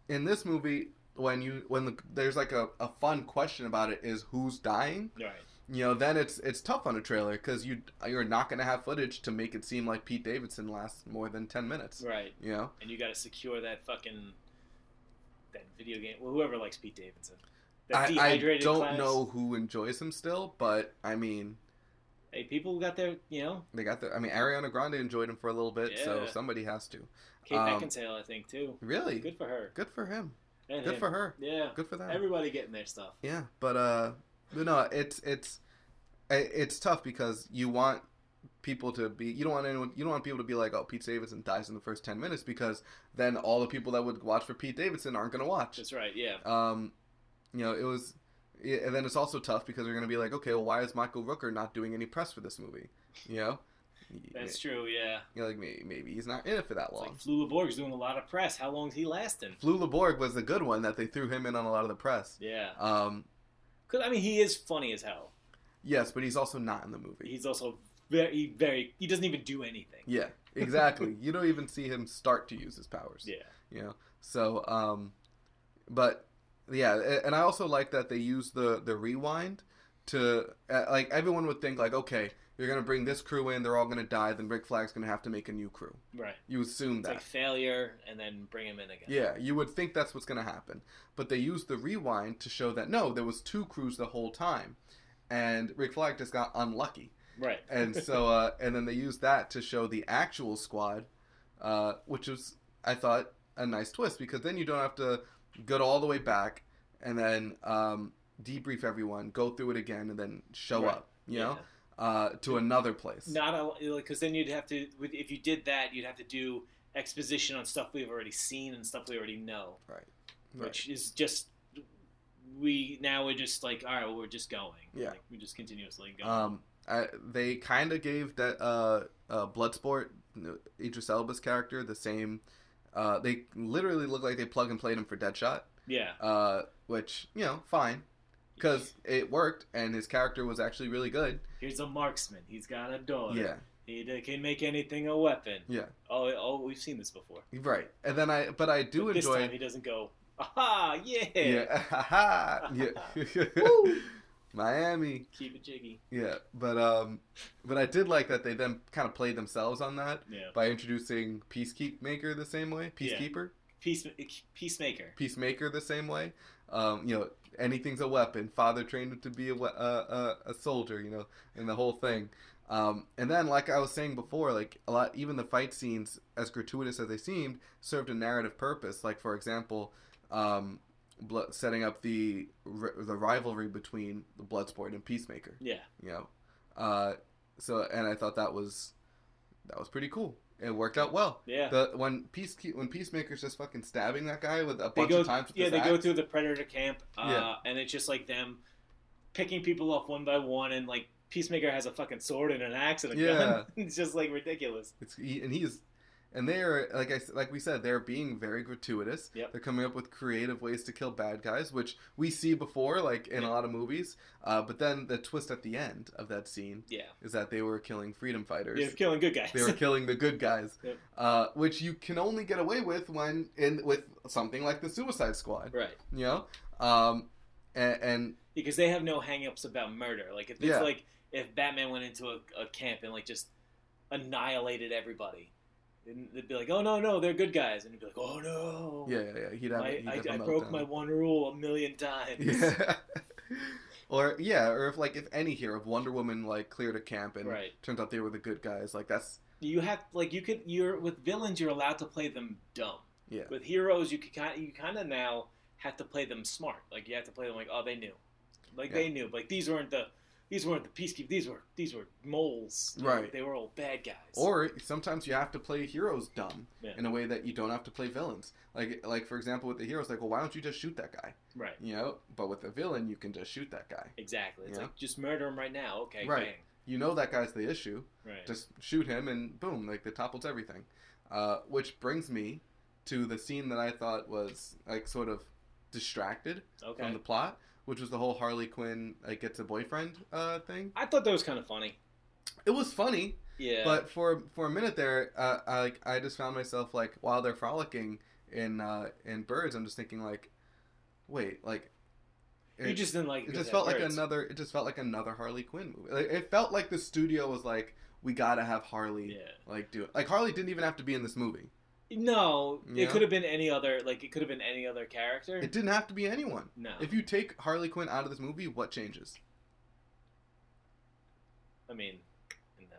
[SPEAKER 2] in this movie, when you when the, there's like a, a fun question about it is who's dying.
[SPEAKER 3] Right.
[SPEAKER 2] you know, then it's it's tough on a trailer because you you're not going to have footage to make it seem like Pete Davidson lasts more than ten minutes.
[SPEAKER 3] Right.
[SPEAKER 2] You know,
[SPEAKER 3] And you got to secure that fucking that video game. Well, whoever likes Pete Davidson. That
[SPEAKER 2] I, I
[SPEAKER 3] dehydrated
[SPEAKER 2] don't
[SPEAKER 3] class.
[SPEAKER 2] know who enjoys him still, but I mean,
[SPEAKER 3] Hey, people got their, you know,
[SPEAKER 2] they got the. I mean, Ariana Grande enjoyed him for a little bit, so
[SPEAKER 3] Yeah.
[SPEAKER 2] somebody has to.
[SPEAKER 3] Kate
[SPEAKER 2] Um,
[SPEAKER 3] Beckinsale, I think, too.
[SPEAKER 2] Really, good,
[SPEAKER 3] Good for her.
[SPEAKER 2] for him.
[SPEAKER 3] And
[SPEAKER 2] Good
[SPEAKER 3] him.
[SPEAKER 2] for her.
[SPEAKER 3] Yeah.
[SPEAKER 2] Good for them.
[SPEAKER 3] Everybody getting their stuff.
[SPEAKER 2] Yeah, but uh, but no, it's it's i- it's tough because you want people to be you don't want anyone you don't want people to be like oh Pete Davidson dies in the first ten minutes because then all the people that would watch for Pete Davidson aren't gonna watch.
[SPEAKER 3] That's right. Yeah.
[SPEAKER 2] Um, you know, it was, yeah, and then it's also tough because they're gonna be like, okay, well, why is Michael Rooker not doing any press for this movie? You know,
[SPEAKER 3] That's true. Yeah.
[SPEAKER 2] you're like maybe, maybe he's not in it for that
[SPEAKER 3] It's
[SPEAKER 2] long.
[SPEAKER 3] like Flew Borg's doing a lot of press. How long's he lasting?
[SPEAKER 2] Flew LeBorg was a good one that they threw him in on a lot of the press.
[SPEAKER 3] Yeah,
[SPEAKER 2] Um,
[SPEAKER 3] because I mean, he is funny as hell.
[SPEAKER 2] yes, but he's also not in the movie.
[SPEAKER 3] He's also very, very. He doesn't even do anything.
[SPEAKER 2] Yeah, exactly. you don't even see him start to use his powers.
[SPEAKER 3] Yeah,
[SPEAKER 2] You know, so um, but yeah, a- and I also like that they use the the rewind to uh, like everyone would think like, okay, you're gonna bring this crew in, they're all gonna die, then Rick Flag's gonna have to make a new crew.
[SPEAKER 3] Right.
[SPEAKER 2] You assume
[SPEAKER 3] It's
[SPEAKER 2] that.
[SPEAKER 3] like failure and then bring him in again.
[SPEAKER 2] Yeah, you would think that's what's going to happen, but they used the rewind to show that no, there was two crews the whole time, and Rick Flag just got unlucky,
[SPEAKER 3] Right.
[SPEAKER 2] and so uh, and then they used that to show the actual squad, uh, which was I thought a nice twist because then you don't have to go all the way back and then um, debrief everyone, go through it again, and then show
[SPEAKER 3] Right.
[SPEAKER 2] up, you know, uh, to another place.
[SPEAKER 3] Not a because then you'd have to with- if you did that you'd have to do exposition on stuff we've already seen and stuff we already know,
[SPEAKER 2] Right.
[SPEAKER 3] which is just we now we're just like all right, well, we're just going.
[SPEAKER 2] Yeah.
[SPEAKER 3] Like, we just continuously go.
[SPEAKER 2] Um, I, they kind of gave that uh, uh, Bloodsport n- Idris Elba's character the same. Uh, they literally look like they plug and played him for Deadshot,
[SPEAKER 3] yeah.
[SPEAKER 2] uh, which you know, fine, because it worked and his character was actually really good.
[SPEAKER 3] Here's a marksman. He's got a dog.
[SPEAKER 2] Yeah,
[SPEAKER 3] He d- can make anything a weapon.
[SPEAKER 2] Yeah.
[SPEAKER 3] Oh, oh, we've seen this before.
[SPEAKER 2] right. And then I, but I do
[SPEAKER 3] But This time
[SPEAKER 2] enjoy.
[SPEAKER 3] he doesn't go. Aha! Yeah.
[SPEAKER 2] yeah, haha, yeah.
[SPEAKER 3] Woo!
[SPEAKER 2] Miami.
[SPEAKER 3] Keep it jiggy.
[SPEAKER 2] Yeah, but um, but I did like that they then kind of played themselves on that
[SPEAKER 3] Yeah.
[SPEAKER 2] by introducing Peacekeeper the same way.
[SPEAKER 3] Yeah.
[SPEAKER 2] Peacekeeper.
[SPEAKER 3] Peace, peacemaker.
[SPEAKER 2] Peacemaker the same way. Um, you know, anything's a weapon. Father trained him to be a, we- uh, a, a soldier, you know, and the whole thing. Um, and then, like I was saying before, like a lot, even the fight scenes, as gratuitous as they seemed, served a narrative purpose. Like, for example, um, bl- setting up the r- the rivalry between the Bloodsport and Peacemaker.
[SPEAKER 3] Yeah.
[SPEAKER 2] You know, uh, so and I thought that was that was pretty cool. It worked out well.
[SPEAKER 3] Yeah.
[SPEAKER 2] The when peace when Peacemaker's just fucking stabbing that guy with a
[SPEAKER 3] they
[SPEAKER 2] bunch
[SPEAKER 3] go.
[SPEAKER 2] of times. With
[SPEAKER 3] yeah,
[SPEAKER 2] his
[SPEAKER 3] they go
[SPEAKER 2] axe.
[SPEAKER 3] through the predator camp. Uh,
[SPEAKER 2] Yeah.
[SPEAKER 3] And it's just like them picking people off one by one, and like peacemaker has a fucking sword and an axe and a gun. it's just like ridiculous.
[SPEAKER 2] It's he, and he's and they are like I s- like we said they're being very gratuitous.
[SPEAKER 3] Yep.
[SPEAKER 2] They're coming up with creative ways to kill bad guys, which we see before like in
[SPEAKER 3] Yeah.
[SPEAKER 2] a lot of movies. Uh, but then the twist at the end of that scene
[SPEAKER 3] Yeah.
[SPEAKER 2] is that they were killing freedom fighters.
[SPEAKER 3] They're killing good guys.
[SPEAKER 2] They were killing the good guys,
[SPEAKER 3] Yep.
[SPEAKER 2] uh, which you can only get away with when in with something like the Suicide Squad,
[SPEAKER 3] right.
[SPEAKER 2] you know. Um, and, and
[SPEAKER 3] because they have no hangups about murder. Like if it's
[SPEAKER 2] Yeah.
[SPEAKER 3] like if Batman went into a, a camp and like just annihilated everybody, and they'd be like, "Oh no, no, they're good guys," and he'd be like, "Oh no,
[SPEAKER 2] yeah, yeah, yeah, he'd have,
[SPEAKER 3] my,
[SPEAKER 2] he'd
[SPEAKER 3] I,
[SPEAKER 2] have a
[SPEAKER 3] I broke
[SPEAKER 2] meltdown.
[SPEAKER 3] my one rule a million times."
[SPEAKER 2] Yeah. or yeah, or if like if any hero, if Wonder Woman like cleared a camp and
[SPEAKER 3] Right.
[SPEAKER 2] turns out they were the good guys, like that's
[SPEAKER 3] You have like you could you're with villains you're allowed to play them dumb.
[SPEAKER 2] yeah,
[SPEAKER 3] With heroes you could kind you kind of now have to play them smart. Like you have to play them like, "Oh, they knew," like they knew. Like these weren't the these weren't the peacekeepers. These were these were moles. Like,
[SPEAKER 2] Right.
[SPEAKER 3] They were all bad guys.
[SPEAKER 2] Or sometimes you have to play heroes dumb
[SPEAKER 3] Yeah.
[SPEAKER 2] in a way that you don't have to play villains. Like like for example with the heroes, like well why don't you just shoot that guy?
[SPEAKER 3] right.
[SPEAKER 2] You know, but with the villain you can just shoot that guy.
[SPEAKER 3] Exactly. It's
[SPEAKER 2] Yeah.
[SPEAKER 3] like just murder him right now. Okay,
[SPEAKER 2] Right. You know that guy's the issue.
[SPEAKER 3] bang. Right.
[SPEAKER 2] Just shoot him and boom, like that topples everything. Uh, which brings me to the scene that I thought was like sort of distracted
[SPEAKER 3] okay.
[SPEAKER 2] from the plot, which was the whole Harley Quinn like gets a boyfriend uh, thing.
[SPEAKER 3] I thought that was kind of funny.
[SPEAKER 2] It was funny,
[SPEAKER 3] Yeah.
[SPEAKER 2] but for for a minute there, uh, I like I just found myself like while they're frolicking in uh, in birds, I'm just thinking like, wait, like
[SPEAKER 3] you just didn't like.
[SPEAKER 2] it
[SPEAKER 3] because
[SPEAKER 2] just felt
[SPEAKER 3] that
[SPEAKER 2] like
[SPEAKER 3] hurts.
[SPEAKER 2] another it just felt like another Harley Quinn movie. Like, it felt like the studio was like, we gotta have Harley.
[SPEAKER 3] Yeah.
[SPEAKER 2] Like do it. Like Harley didn't even have to be in this movie.
[SPEAKER 3] No,
[SPEAKER 2] Yeah.
[SPEAKER 3] it could have been any other. Like it could have been any other character.
[SPEAKER 2] It didn't have to be anyone.
[SPEAKER 3] no.
[SPEAKER 2] If you take Harley Quinn out of this movie, what changes?
[SPEAKER 3] I mean, no.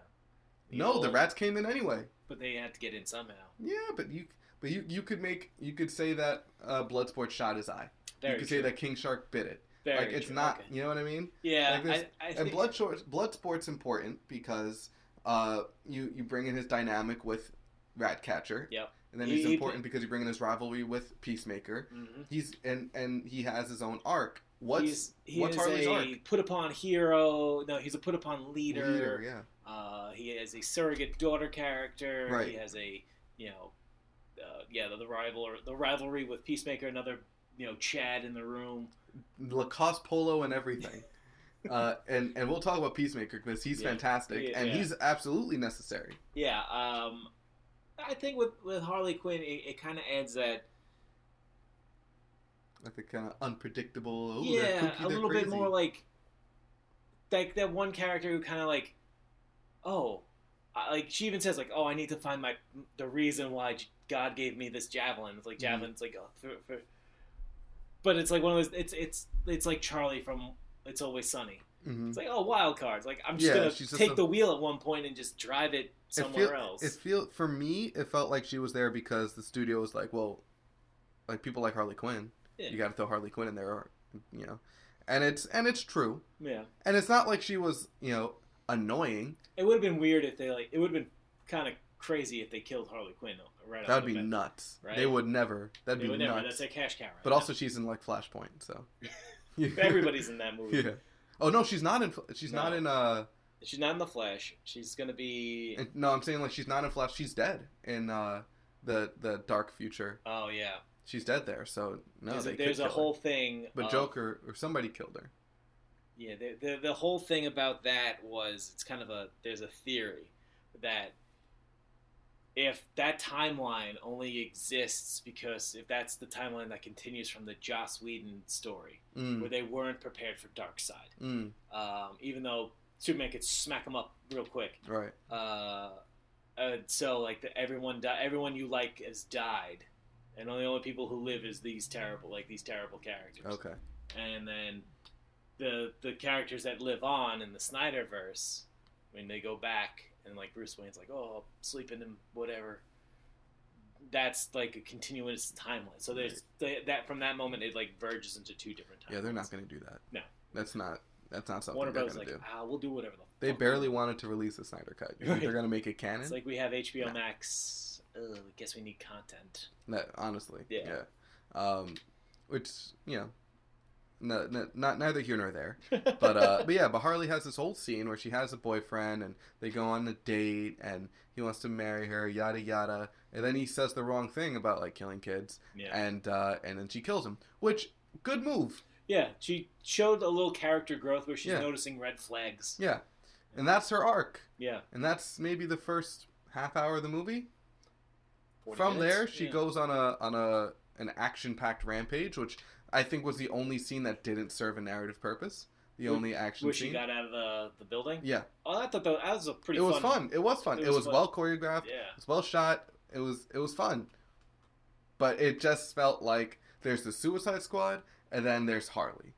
[SPEAKER 2] No, the
[SPEAKER 3] old-
[SPEAKER 2] rats came in anyway.
[SPEAKER 3] But they had to get in somehow.
[SPEAKER 2] Yeah, but you but you you could make you could say that uh, Bloodsport shot his eye.
[SPEAKER 3] Very
[SPEAKER 2] you could
[SPEAKER 3] true.
[SPEAKER 2] say that King Shark bit it.
[SPEAKER 3] Very
[SPEAKER 2] like it's
[SPEAKER 3] true.
[SPEAKER 2] not,
[SPEAKER 3] Okay.
[SPEAKER 2] you know what I mean?
[SPEAKER 3] Yeah.
[SPEAKER 2] like this-
[SPEAKER 3] I, I
[SPEAKER 2] and
[SPEAKER 3] think-
[SPEAKER 2] Bloodsport Bloodsport's important because uh you you bring in his dynamic with Ratcatcher.
[SPEAKER 3] Yep.
[SPEAKER 2] And then
[SPEAKER 3] He-
[SPEAKER 2] he's
[SPEAKER 3] he
[SPEAKER 2] important because you bring in his rivalry with Peacemaker.
[SPEAKER 3] Mhm.
[SPEAKER 2] He's and and he has his own arc. What's
[SPEAKER 3] He's, he
[SPEAKER 2] what's
[SPEAKER 3] is
[SPEAKER 2] Harley's
[SPEAKER 3] a
[SPEAKER 2] arc?
[SPEAKER 3] put upon hero. No, he's a put upon leader.
[SPEAKER 2] yeah.
[SPEAKER 3] Uh, he has a surrogate daughter character.
[SPEAKER 2] Right.
[SPEAKER 3] He has a you know, uh, yeah, the, the rival or the rivalry with Peacemaker. Another you know, Chad in the room.
[SPEAKER 2] Lacoste polo and everything. uh and and we'll talk about Peacemaker because he's
[SPEAKER 3] Yeah.
[SPEAKER 2] fantastic
[SPEAKER 3] Yeah,
[SPEAKER 2] and
[SPEAKER 3] yeah.
[SPEAKER 2] he's absolutely necessary.
[SPEAKER 3] Yeah. Um, I think with with Harley Quinn, it, it kind of adds that
[SPEAKER 2] like the kind of unpredictable. Ooh, they're
[SPEAKER 3] yeah,
[SPEAKER 2] kooky,
[SPEAKER 3] a
[SPEAKER 2] they're
[SPEAKER 3] little bit
[SPEAKER 2] crazy.
[SPEAKER 3] more like like that one character who kind of like oh, I, like she even says like, oh, I need to find my the reason why J- God gave me this javelin. It's like
[SPEAKER 2] Mhm.
[SPEAKER 3] javelin's like, oh, for, for. but it's like one of those. It's it's it's like Charlie from It's Always Sunny.
[SPEAKER 2] Mhm.
[SPEAKER 3] It's like oh, wild cards. Like I'm just
[SPEAKER 2] Yeah,
[SPEAKER 3] gonna
[SPEAKER 2] she's just
[SPEAKER 3] take
[SPEAKER 2] a-
[SPEAKER 3] the wheel at one point and just drive it somewhere
[SPEAKER 2] it feel,
[SPEAKER 3] else.
[SPEAKER 2] It feel for me, it felt like she was there because the studio was like, well, like people like Harley Quinn.
[SPEAKER 3] Yeah.
[SPEAKER 2] You got to throw Harley Quinn in there, or, you know, and it's and it's true,
[SPEAKER 3] yeah,
[SPEAKER 2] and it's not like she was you know annoying.
[SPEAKER 3] it would have been weird if they like. It would have been kind of crazy if they killed Harley Quinn right.
[SPEAKER 2] that
[SPEAKER 3] off
[SPEAKER 2] would
[SPEAKER 3] the
[SPEAKER 2] be
[SPEAKER 3] bat.
[SPEAKER 2] nuts.
[SPEAKER 3] Right.
[SPEAKER 2] They would never. That'd
[SPEAKER 3] They
[SPEAKER 2] be
[SPEAKER 3] would
[SPEAKER 2] nuts.
[SPEAKER 3] never. That's a cash cow. right
[SPEAKER 2] But
[SPEAKER 3] now.
[SPEAKER 2] also, she's in like Flashpoint, so
[SPEAKER 3] everybody's in that movie.
[SPEAKER 2] yeah. Oh no, she's not in. Fl- She's
[SPEAKER 3] No.
[SPEAKER 2] not in. Uh,
[SPEAKER 3] She's not in the Flash. She's gonna be.
[SPEAKER 2] in- no, I'm saying like she's not in Flash. She's dead in uh, the the dark future.
[SPEAKER 3] oh yeah.
[SPEAKER 2] She's dead there. So no,
[SPEAKER 3] there's a,
[SPEAKER 2] they could
[SPEAKER 3] there's a
[SPEAKER 2] kill her.
[SPEAKER 3] whole thing.
[SPEAKER 2] But
[SPEAKER 3] of-
[SPEAKER 2] Joker or somebody killed her.
[SPEAKER 3] Yeah. The, the the whole thing about that was it's kind of a there's a theory that if that timeline only exists because if that's the timeline that continues from the Joss Whedon story
[SPEAKER 2] Mm.
[SPEAKER 3] where they weren't prepared for Darkseid,
[SPEAKER 2] Mm,
[SPEAKER 3] um, even though Superman could smack him up real quick.
[SPEAKER 2] right.
[SPEAKER 3] uh, uh, so like the, everyone di- everyone you like has died, and only only people who live is these terrible like these terrible characters.
[SPEAKER 2] Okay.
[SPEAKER 3] And then the the characters that live on in the Snyderverse, when they go back and like Bruce Wayne's like, oh, I'll sleep in him, whatever. That's like a continuous timeline. So there's th- that from that moment it like verges into two different timelines.
[SPEAKER 2] Yeah, they're not going to do that.
[SPEAKER 3] No.
[SPEAKER 2] That's not. That's not something
[SPEAKER 3] Warner
[SPEAKER 2] they're
[SPEAKER 3] Bros.
[SPEAKER 2] going
[SPEAKER 3] like,
[SPEAKER 2] to do.
[SPEAKER 3] ah, we'll do whatever the.
[SPEAKER 2] They
[SPEAKER 3] fuck we
[SPEAKER 2] barely wanted to release the Snyder Cut. You think
[SPEAKER 3] Right.
[SPEAKER 2] They're going to make it canon.
[SPEAKER 3] It's like we have HBO
[SPEAKER 2] No.
[SPEAKER 3] Max. Ugh, I guess we need content.
[SPEAKER 2] That- honestly.
[SPEAKER 3] Yeah.
[SPEAKER 2] yeah. Um, which you know, no, no, not neither here nor there. But uh, but yeah, but Harley has this whole scene where she has a boyfriend and they go on a date and he wants to marry her, yada yada, and then he says the wrong thing about like killing kids,
[SPEAKER 3] yeah,
[SPEAKER 2] and uh, and then she kills him, which good move.
[SPEAKER 3] yeah. She showed a little character growth where she's
[SPEAKER 2] Yeah.
[SPEAKER 3] noticing red flags.
[SPEAKER 2] Yeah, and that's her arc.
[SPEAKER 3] Yeah,
[SPEAKER 2] and that's maybe the first half hour of the movie.
[SPEAKER 3] 40
[SPEAKER 2] From
[SPEAKER 3] minutes?
[SPEAKER 2] there, she
[SPEAKER 3] Yeah.
[SPEAKER 2] goes on a on a an action packed rampage, which I think was the only scene that didn't serve a narrative purpose. The
[SPEAKER 3] Where-
[SPEAKER 2] only action
[SPEAKER 3] Where she
[SPEAKER 2] scene.
[SPEAKER 3] got out of the, the building.
[SPEAKER 2] yeah,
[SPEAKER 3] Oh, I thought that, that was a pretty.
[SPEAKER 2] it was fun. It was fun. It was,
[SPEAKER 3] fun.
[SPEAKER 2] well choreographed.
[SPEAKER 3] Yeah,
[SPEAKER 2] It was well shot. It was it was fun, but it just felt like there's the Suicide Squad and then there's Harley.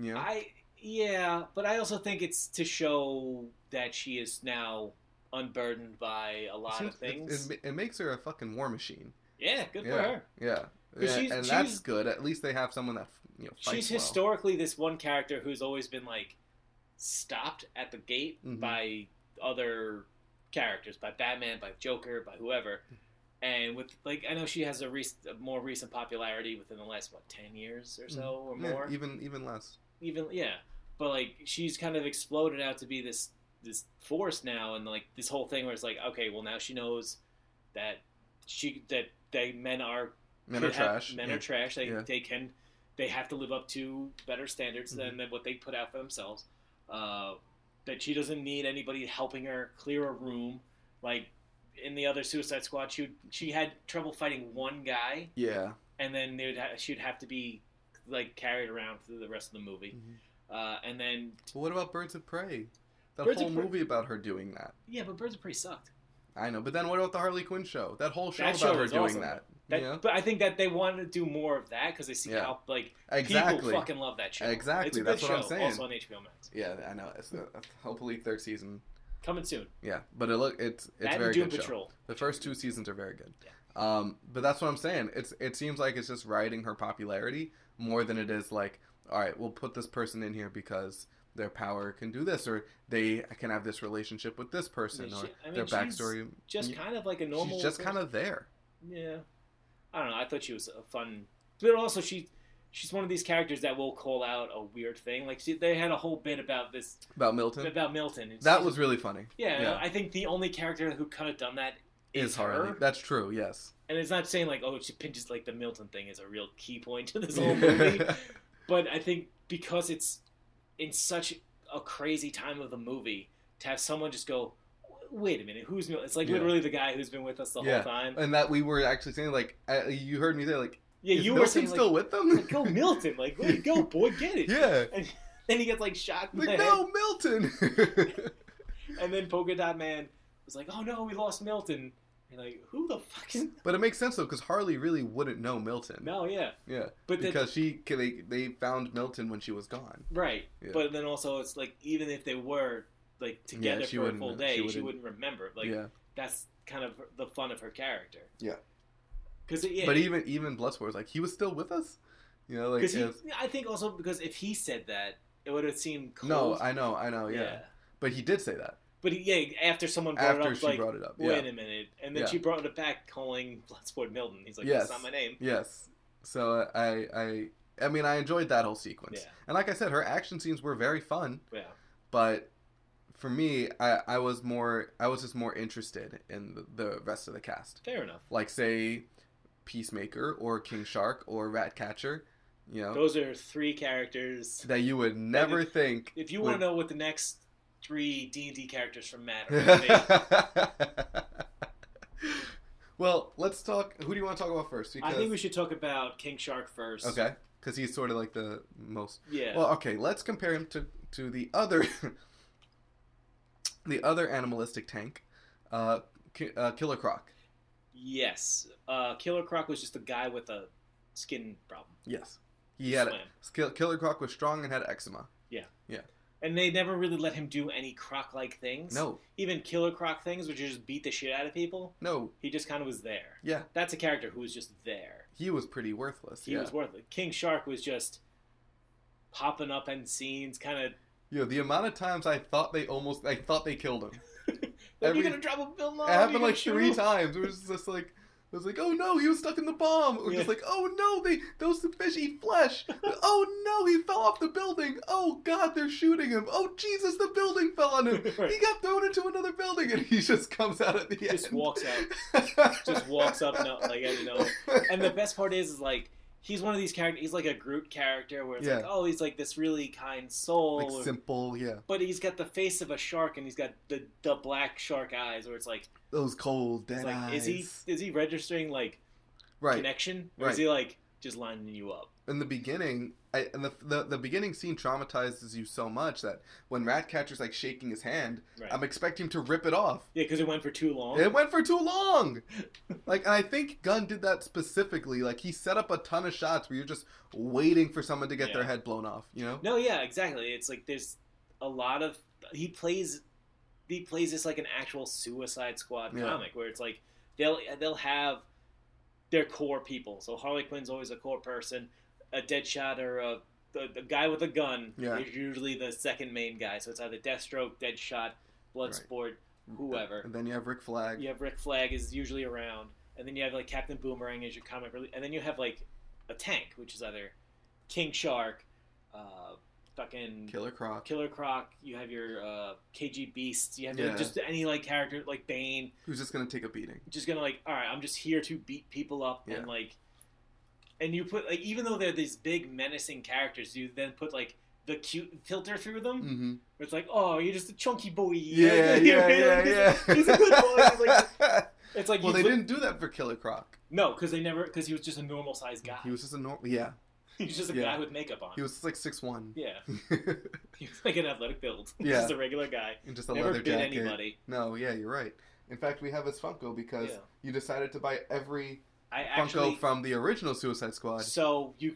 [SPEAKER 2] You know?
[SPEAKER 3] I yeah, but I also think it's to show that she is now unburdened by a lot of
[SPEAKER 2] It- it-
[SPEAKER 3] things.
[SPEAKER 2] It, it makes her a fucking war machine.
[SPEAKER 3] yeah, good for
[SPEAKER 2] yeah.
[SPEAKER 3] her.
[SPEAKER 2] Yeah,
[SPEAKER 3] 'Cause
[SPEAKER 2] and,
[SPEAKER 3] she's-
[SPEAKER 2] and
[SPEAKER 3] she's-
[SPEAKER 2] that's good. At least they have someone that you know.
[SPEAKER 3] She's
[SPEAKER 2] fights well.
[SPEAKER 3] historically this one character who's always been like stopped at the gate
[SPEAKER 2] Mhm.
[SPEAKER 3] by other characters, by Batman, by Joker, by whoever.
[SPEAKER 2] Hmm.
[SPEAKER 3] And with like, I know she has a, rec- a more recent popularity within the last what ten years or so or
[SPEAKER 2] Mm-hmm. Yeah,
[SPEAKER 3] more,
[SPEAKER 2] even even less.
[SPEAKER 3] even yeah. But like, she's kind of exploded out to be this this force now, and like this whole thing where it's like, okay, well now she knows that she that that men are
[SPEAKER 2] Men
[SPEAKER 3] could
[SPEAKER 2] are
[SPEAKER 3] have-
[SPEAKER 2] trash.
[SPEAKER 3] Men
[SPEAKER 2] yeah.
[SPEAKER 3] are trash. They
[SPEAKER 2] Yeah.
[SPEAKER 3] they can they have to live up to better standards
[SPEAKER 2] Mhm.
[SPEAKER 3] than, than what they put out for themselves. Uh, that she doesn't need anybody helping her clear a room. Like in the other Suicide Squad, she would, she had trouble fighting one guy,
[SPEAKER 2] Yeah.
[SPEAKER 3] and then they would ha- she'd have to be like carried around through the rest of the movie.
[SPEAKER 2] Mhm.
[SPEAKER 3] Uh, and then
[SPEAKER 2] But what about Birds of Prey? That
[SPEAKER 3] Birds of
[SPEAKER 2] whole
[SPEAKER 3] Prey-
[SPEAKER 2] movie about her doing that.
[SPEAKER 3] yeah, but Birds of Prey sucked.
[SPEAKER 2] I know, but then what about the Harley Quinn show? That whole show
[SPEAKER 3] That
[SPEAKER 2] about
[SPEAKER 3] show
[SPEAKER 2] her
[SPEAKER 3] was
[SPEAKER 2] doing
[SPEAKER 3] awesome.
[SPEAKER 2] that.
[SPEAKER 3] That,
[SPEAKER 2] yeah.
[SPEAKER 3] But I think that they want to do more of that because they see
[SPEAKER 2] Yeah.
[SPEAKER 3] how like people
[SPEAKER 2] Exactly.
[SPEAKER 3] fucking love that show.
[SPEAKER 2] Exactly,
[SPEAKER 3] it's a good
[SPEAKER 2] that's what
[SPEAKER 3] show,
[SPEAKER 2] I'm saying.
[SPEAKER 3] Also on HBO Max,
[SPEAKER 2] Yeah, I know. It's the, hopefully third season.
[SPEAKER 3] coming soon.
[SPEAKER 2] Yeah, but it look it's it's
[SPEAKER 3] that
[SPEAKER 2] very
[SPEAKER 3] and Doom
[SPEAKER 2] good show.
[SPEAKER 3] Patrol.
[SPEAKER 2] The first two seasons are very good.
[SPEAKER 3] Yeah.
[SPEAKER 2] Um, but that's what I'm saying. It's it seems like it's just riding her popularity more than it is like, all right, we'll put this person in here because their power can do this, or they can have this relationship with this person,
[SPEAKER 3] Yeah,
[SPEAKER 2] or
[SPEAKER 3] she- I mean,
[SPEAKER 2] their
[SPEAKER 3] she's
[SPEAKER 2] backstory.
[SPEAKER 3] Just
[SPEAKER 2] Yeah.
[SPEAKER 3] kind of like a normal.
[SPEAKER 2] She's just kind of there.
[SPEAKER 3] Yeah, I don't know. I thought she was a fun, but also she, she's one of these characters that will call out a weird thing. Like she, they had a whole bit about this
[SPEAKER 2] About Milton,
[SPEAKER 3] about Milton. It's-
[SPEAKER 2] that was really funny.
[SPEAKER 3] yeah,
[SPEAKER 2] yeah.
[SPEAKER 3] I think the only character who could have done that is,
[SPEAKER 2] Is
[SPEAKER 3] her.
[SPEAKER 2] Harley? That's true. Yes.
[SPEAKER 3] And it's not saying like oh she pinches like the Milton thing is a real key point to this whole movie, but I think because it's in such a crazy time of the movie to have someone just go. Wait a minute, who's Milton? It's like
[SPEAKER 2] Yeah.
[SPEAKER 3] literally the guy who's been with us the
[SPEAKER 2] Yeah.
[SPEAKER 3] whole time.
[SPEAKER 2] and that we were actually saying like, I, you heard me there like,
[SPEAKER 3] Yeah,
[SPEAKER 2] is
[SPEAKER 3] you were
[SPEAKER 2] Milton
[SPEAKER 3] saying
[SPEAKER 2] still with
[SPEAKER 3] like,
[SPEAKER 2] them?
[SPEAKER 3] like, go Milton, like way to go, boy, get it.
[SPEAKER 2] yeah.
[SPEAKER 3] Then he gets like shot in the
[SPEAKER 2] Like
[SPEAKER 3] head.
[SPEAKER 2] no, Milton.
[SPEAKER 3] and then Polka Dot Man was like, "Oh no, we lost Milton." And like, who the fuck is?
[SPEAKER 2] But it makes sense though, because Harley really wouldn't know Milton.
[SPEAKER 3] No, yeah,
[SPEAKER 2] Yeah,
[SPEAKER 3] but then,
[SPEAKER 2] because she they they found Milton when she was gone.
[SPEAKER 3] right,
[SPEAKER 2] Yeah.
[SPEAKER 3] but then also it's like even if they were like together
[SPEAKER 2] she
[SPEAKER 3] for a
[SPEAKER 2] wouldn't-
[SPEAKER 3] full
[SPEAKER 2] she
[SPEAKER 3] day, she wouldn't,
[SPEAKER 2] wouldn't-
[SPEAKER 3] remember. Like
[SPEAKER 2] yeah,
[SPEAKER 3] that's kind of the fun of her character.
[SPEAKER 2] Yeah.
[SPEAKER 3] because yeah,
[SPEAKER 2] but even even Bloodsport's like he was still with us. You know, like
[SPEAKER 3] because
[SPEAKER 2] it's-
[SPEAKER 3] I think also because if he said that, it would have seemed cold.
[SPEAKER 2] no, I know, I know, yeah. But he did say that
[SPEAKER 3] But he, yeah, after someone brought it
[SPEAKER 2] after
[SPEAKER 3] up,
[SPEAKER 2] she
[SPEAKER 3] like,
[SPEAKER 2] brought it up. Yeah.
[SPEAKER 3] wait a minute, and then
[SPEAKER 2] Yeah.
[SPEAKER 3] she brought it back, calling Bloodsport Milton. He's like,
[SPEAKER 2] Yes.
[SPEAKER 3] that's not my name.
[SPEAKER 2] Yes. So uh, I I I mean I enjoyed that whole sequence.
[SPEAKER 3] Yeah.
[SPEAKER 2] And like I said, her action scenes were very fun,
[SPEAKER 3] Yeah,
[SPEAKER 2] but for me, I I was more I was just more interested in the, the rest of the cast.
[SPEAKER 3] fair enough.
[SPEAKER 2] Like say Peacemaker or King Shark or Ratcatcher, you know,
[SPEAKER 3] Those are three characters.
[SPEAKER 2] that you would never think
[SPEAKER 3] If you
[SPEAKER 2] would-
[SPEAKER 3] want to know what the next three D and D characters from Matt are, gonna be,
[SPEAKER 2] well, let's talk. Who do you want to talk about first?
[SPEAKER 3] I think we should talk about King Shark first.
[SPEAKER 2] okay, because he's sort of like the most.
[SPEAKER 3] Yeah.
[SPEAKER 2] Well, okay, let's compare him to to the other, the other animalistic tank, uh, Ki- uh Killer Croc.
[SPEAKER 3] yes. Uh, Killer Croc was just a guy with a skin problem.
[SPEAKER 2] Yes, he had
[SPEAKER 3] Slam.
[SPEAKER 2] Kill- Killer Croc was strong and had eczema.
[SPEAKER 3] And they never really let him do any croc-like things.
[SPEAKER 2] No,
[SPEAKER 3] Even Killer Croc things, which is just beat the shit out of people.
[SPEAKER 2] no,
[SPEAKER 3] He just kind of was there.
[SPEAKER 2] yeah,
[SPEAKER 3] That's a character who was just there.
[SPEAKER 2] he was pretty worthless.
[SPEAKER 3] He
[SPEAKER 2] yeah,
[SPEAKER 3] was worth it. King Shark was just popping up in scenes, kind of.
[SPEAKER 2] Yo, the amount of times I thought they almost, I thought they killed him.
[SPEAKER 3] Like,
[SPEAKER 2] Every-
[SPEAKER 3] you're "Oh, gonna drop a Bill Nye.
[SPEAKER 2] It
[SPEAKER 3] You're
[SPEAKER 2] happened
[SPEAKER 3] gonna
[SPEAKER 2] like
[SPEAKER 3] shoot
[SPEAKER 2] three
[SPEAKER 3] him."
[SPEAKER 2] times. It was just like it was like, oh no, he was stuck in the bomb. Or just
[SPEAKER 3] Yeah.
[SPEAKER 2] like, oh no, they those fish eat flesh. oh no, he fell off the building. Oh god, they're shooting him. Oh Jesus, the building fell on him.
[SPEAKER 3] Right.
[SPEAKER 2] He got thrown into another building, and he just comes out at the end.
[SPEAKER 3] Just walks out. Just walks up, no, like I don't know. And the best part is, is like he's one of these characters. He's like a Groot character, where it's like,
[SPEAKER 2] Yeah.
[SPEAKER 3] oh, he's like this really kind soul,
[SPEAKER 2] like simple, yeah.
[SPEAKER 3] but he's got the face of a shark, and he's got the the black shark eyes, where it's like,
[SPEAKER 2] Those cold
[SPEAKER 3] it's
[SPEAKER 2] dead
[SPEAKER 3] like,
[SPEAKER 2] eyes.
[SPEAKER 3] is he is he registering like
[SPEAKER 2] right
[SPEAKER 3] connection, or
[SPEAKER 2] Right.
[SPEAKER 3] is he like just lining you up?
[SPEAKER 2] in the beginning? I, and the, the the beginning scene traumatizes you so much that when Ratcatcher's like shaking his hand,
[SPEAKER 3] Right.
[SPEAKER 2] I'm expecting him to rip it off.
[SPEAKER 3] yeah, because it went for too long.
[SPEAKER 2] It went for too long. Like, and I think Gunn did that specifically. Like, he set up a ton of shots where you're just waiting for someone to get their
[SPEAKER 3] Yeah.
[SPEAKER 2] head blown off. You know?
[SPEAKER 3] No, yeah, exactly. It's like there's a lot of he plays he plays this like an actual Suicide Squad
[SPEAKER 2] Yeah.
[SPEAKER 3] comic where it's like they'll they'll have their core people. So Harley Quinn's always a core person, a Deadshot or a the, the guy with a gun
[SPEAKER 2] Yeah.
[SPEAKER 3] is usually the second main guy. So it's either Deathstroke, Deadshot, Bloodsport. Whoever.
[SPEAKER 2] And then you have Rick Flag.
[SPEAKER 3] You have Rick Flag is usually around, and then you have like Captain Boomerang as your comic relief, and then you have like a tank, which is either King Shark, uh, fucking
[SPEAKER 2] Killer Croc,
[SPEAKER 3] Killer Croc, you have your uh, KG Beast, you have your-
[SPEAKER 2] Yeah.
[SPEAKER 3] just any like character like Bane,
[SPEAKER 2] who's just gonna take a beating.
[SPEAKER 3] just gonna like, all right, I'm just here to beat people up
[SPEAKER 2] Yeah.
[SPEAKER 3] and like, and you put like even though they're these big menacing characters, you then put like the cute filter through them.
[SPEAKER 2] Mm-hmm.
[SPEAKER 3] Where it's like, oh, you're just a chunky boy.
[SPEAKER 2] Yeah, yeah, yeah, yeah.
[SPEAKER 3] He's a good boy. Like, it's like
[SPEAKER 2] well, they
[SPEAKER 3] you look-
[SPEAKER 2] didn't do that for Killer Croc.
[SPEAKER 3] No, because they never. Because he was just a normal sized guy.
[SPEAKER 2] He was just a normal. Yeah,
[SPEAKER 3] He was just a
[SPEAKER 2] yeah.
[SPEAKER 3] guy with makeup on.
[SPEAKER 2] he was just like six one.
[SPEAKER 3] yeah, he was like an athletic build.
[SPEAKER 2] Yeah.
[SPEAKER 3] just a regular guy.
[SPEAKER 2] In just a
[SPEAKER 3] never
[SPEAKER 2] leather
[SPEAKER 3] bit
[SPEAKER 2] jacket.
[SPEAKER 3] anybody.
[SPEAKER 2] No, yeah, you're right. In fact, we have his Funko because
[SPEAKER 3] Yeah.
[SPEAKER 2] you decided to buy every
[SPEAKER 3] I
[SPEAKER 2] Funko
[SPEAKER 3] actually.
[SPEAKER 2] from the original Suicide Squad.
[SPEAKER 3] So you,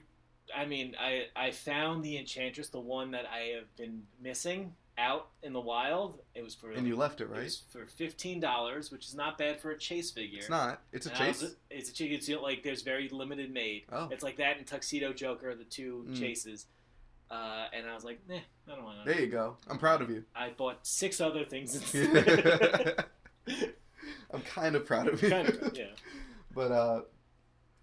[SPEAKER 3] I mean, I I found the enchantress, the one that I have been missing out in the wild. It was for
[SPEAKER 2] And you left it,
[SPEAKER 3] it
[SPEAKER 2] right?
[SPEAKER 3] was for fifteen dollars, which is not bad for a chase figure.
[SPEAKER 2] It's not. It's a
[SPEAKER 3] And I was-
[SPEAKER 2] chase.
[SPEAKER 3] it's a chase. It's you know, like there's very limited made.
[SPEAKER 2] Oh.
[SPEAKER 3] It's like that and Tuxedo Joker, the two
[SPEAKER 2] Mm.
[SPEAKER 3] chases. Uh, and I was like, nah, I don't want to.
[SPEAKER 2] There you go. I'm proud of you.
[SPEAKER 3] I bought six other things instead.
[SPEAKER 2] I'm kind of proud of you.
[SPEAKER 3] kind of, yeah.
[SPEAKER 2] But uh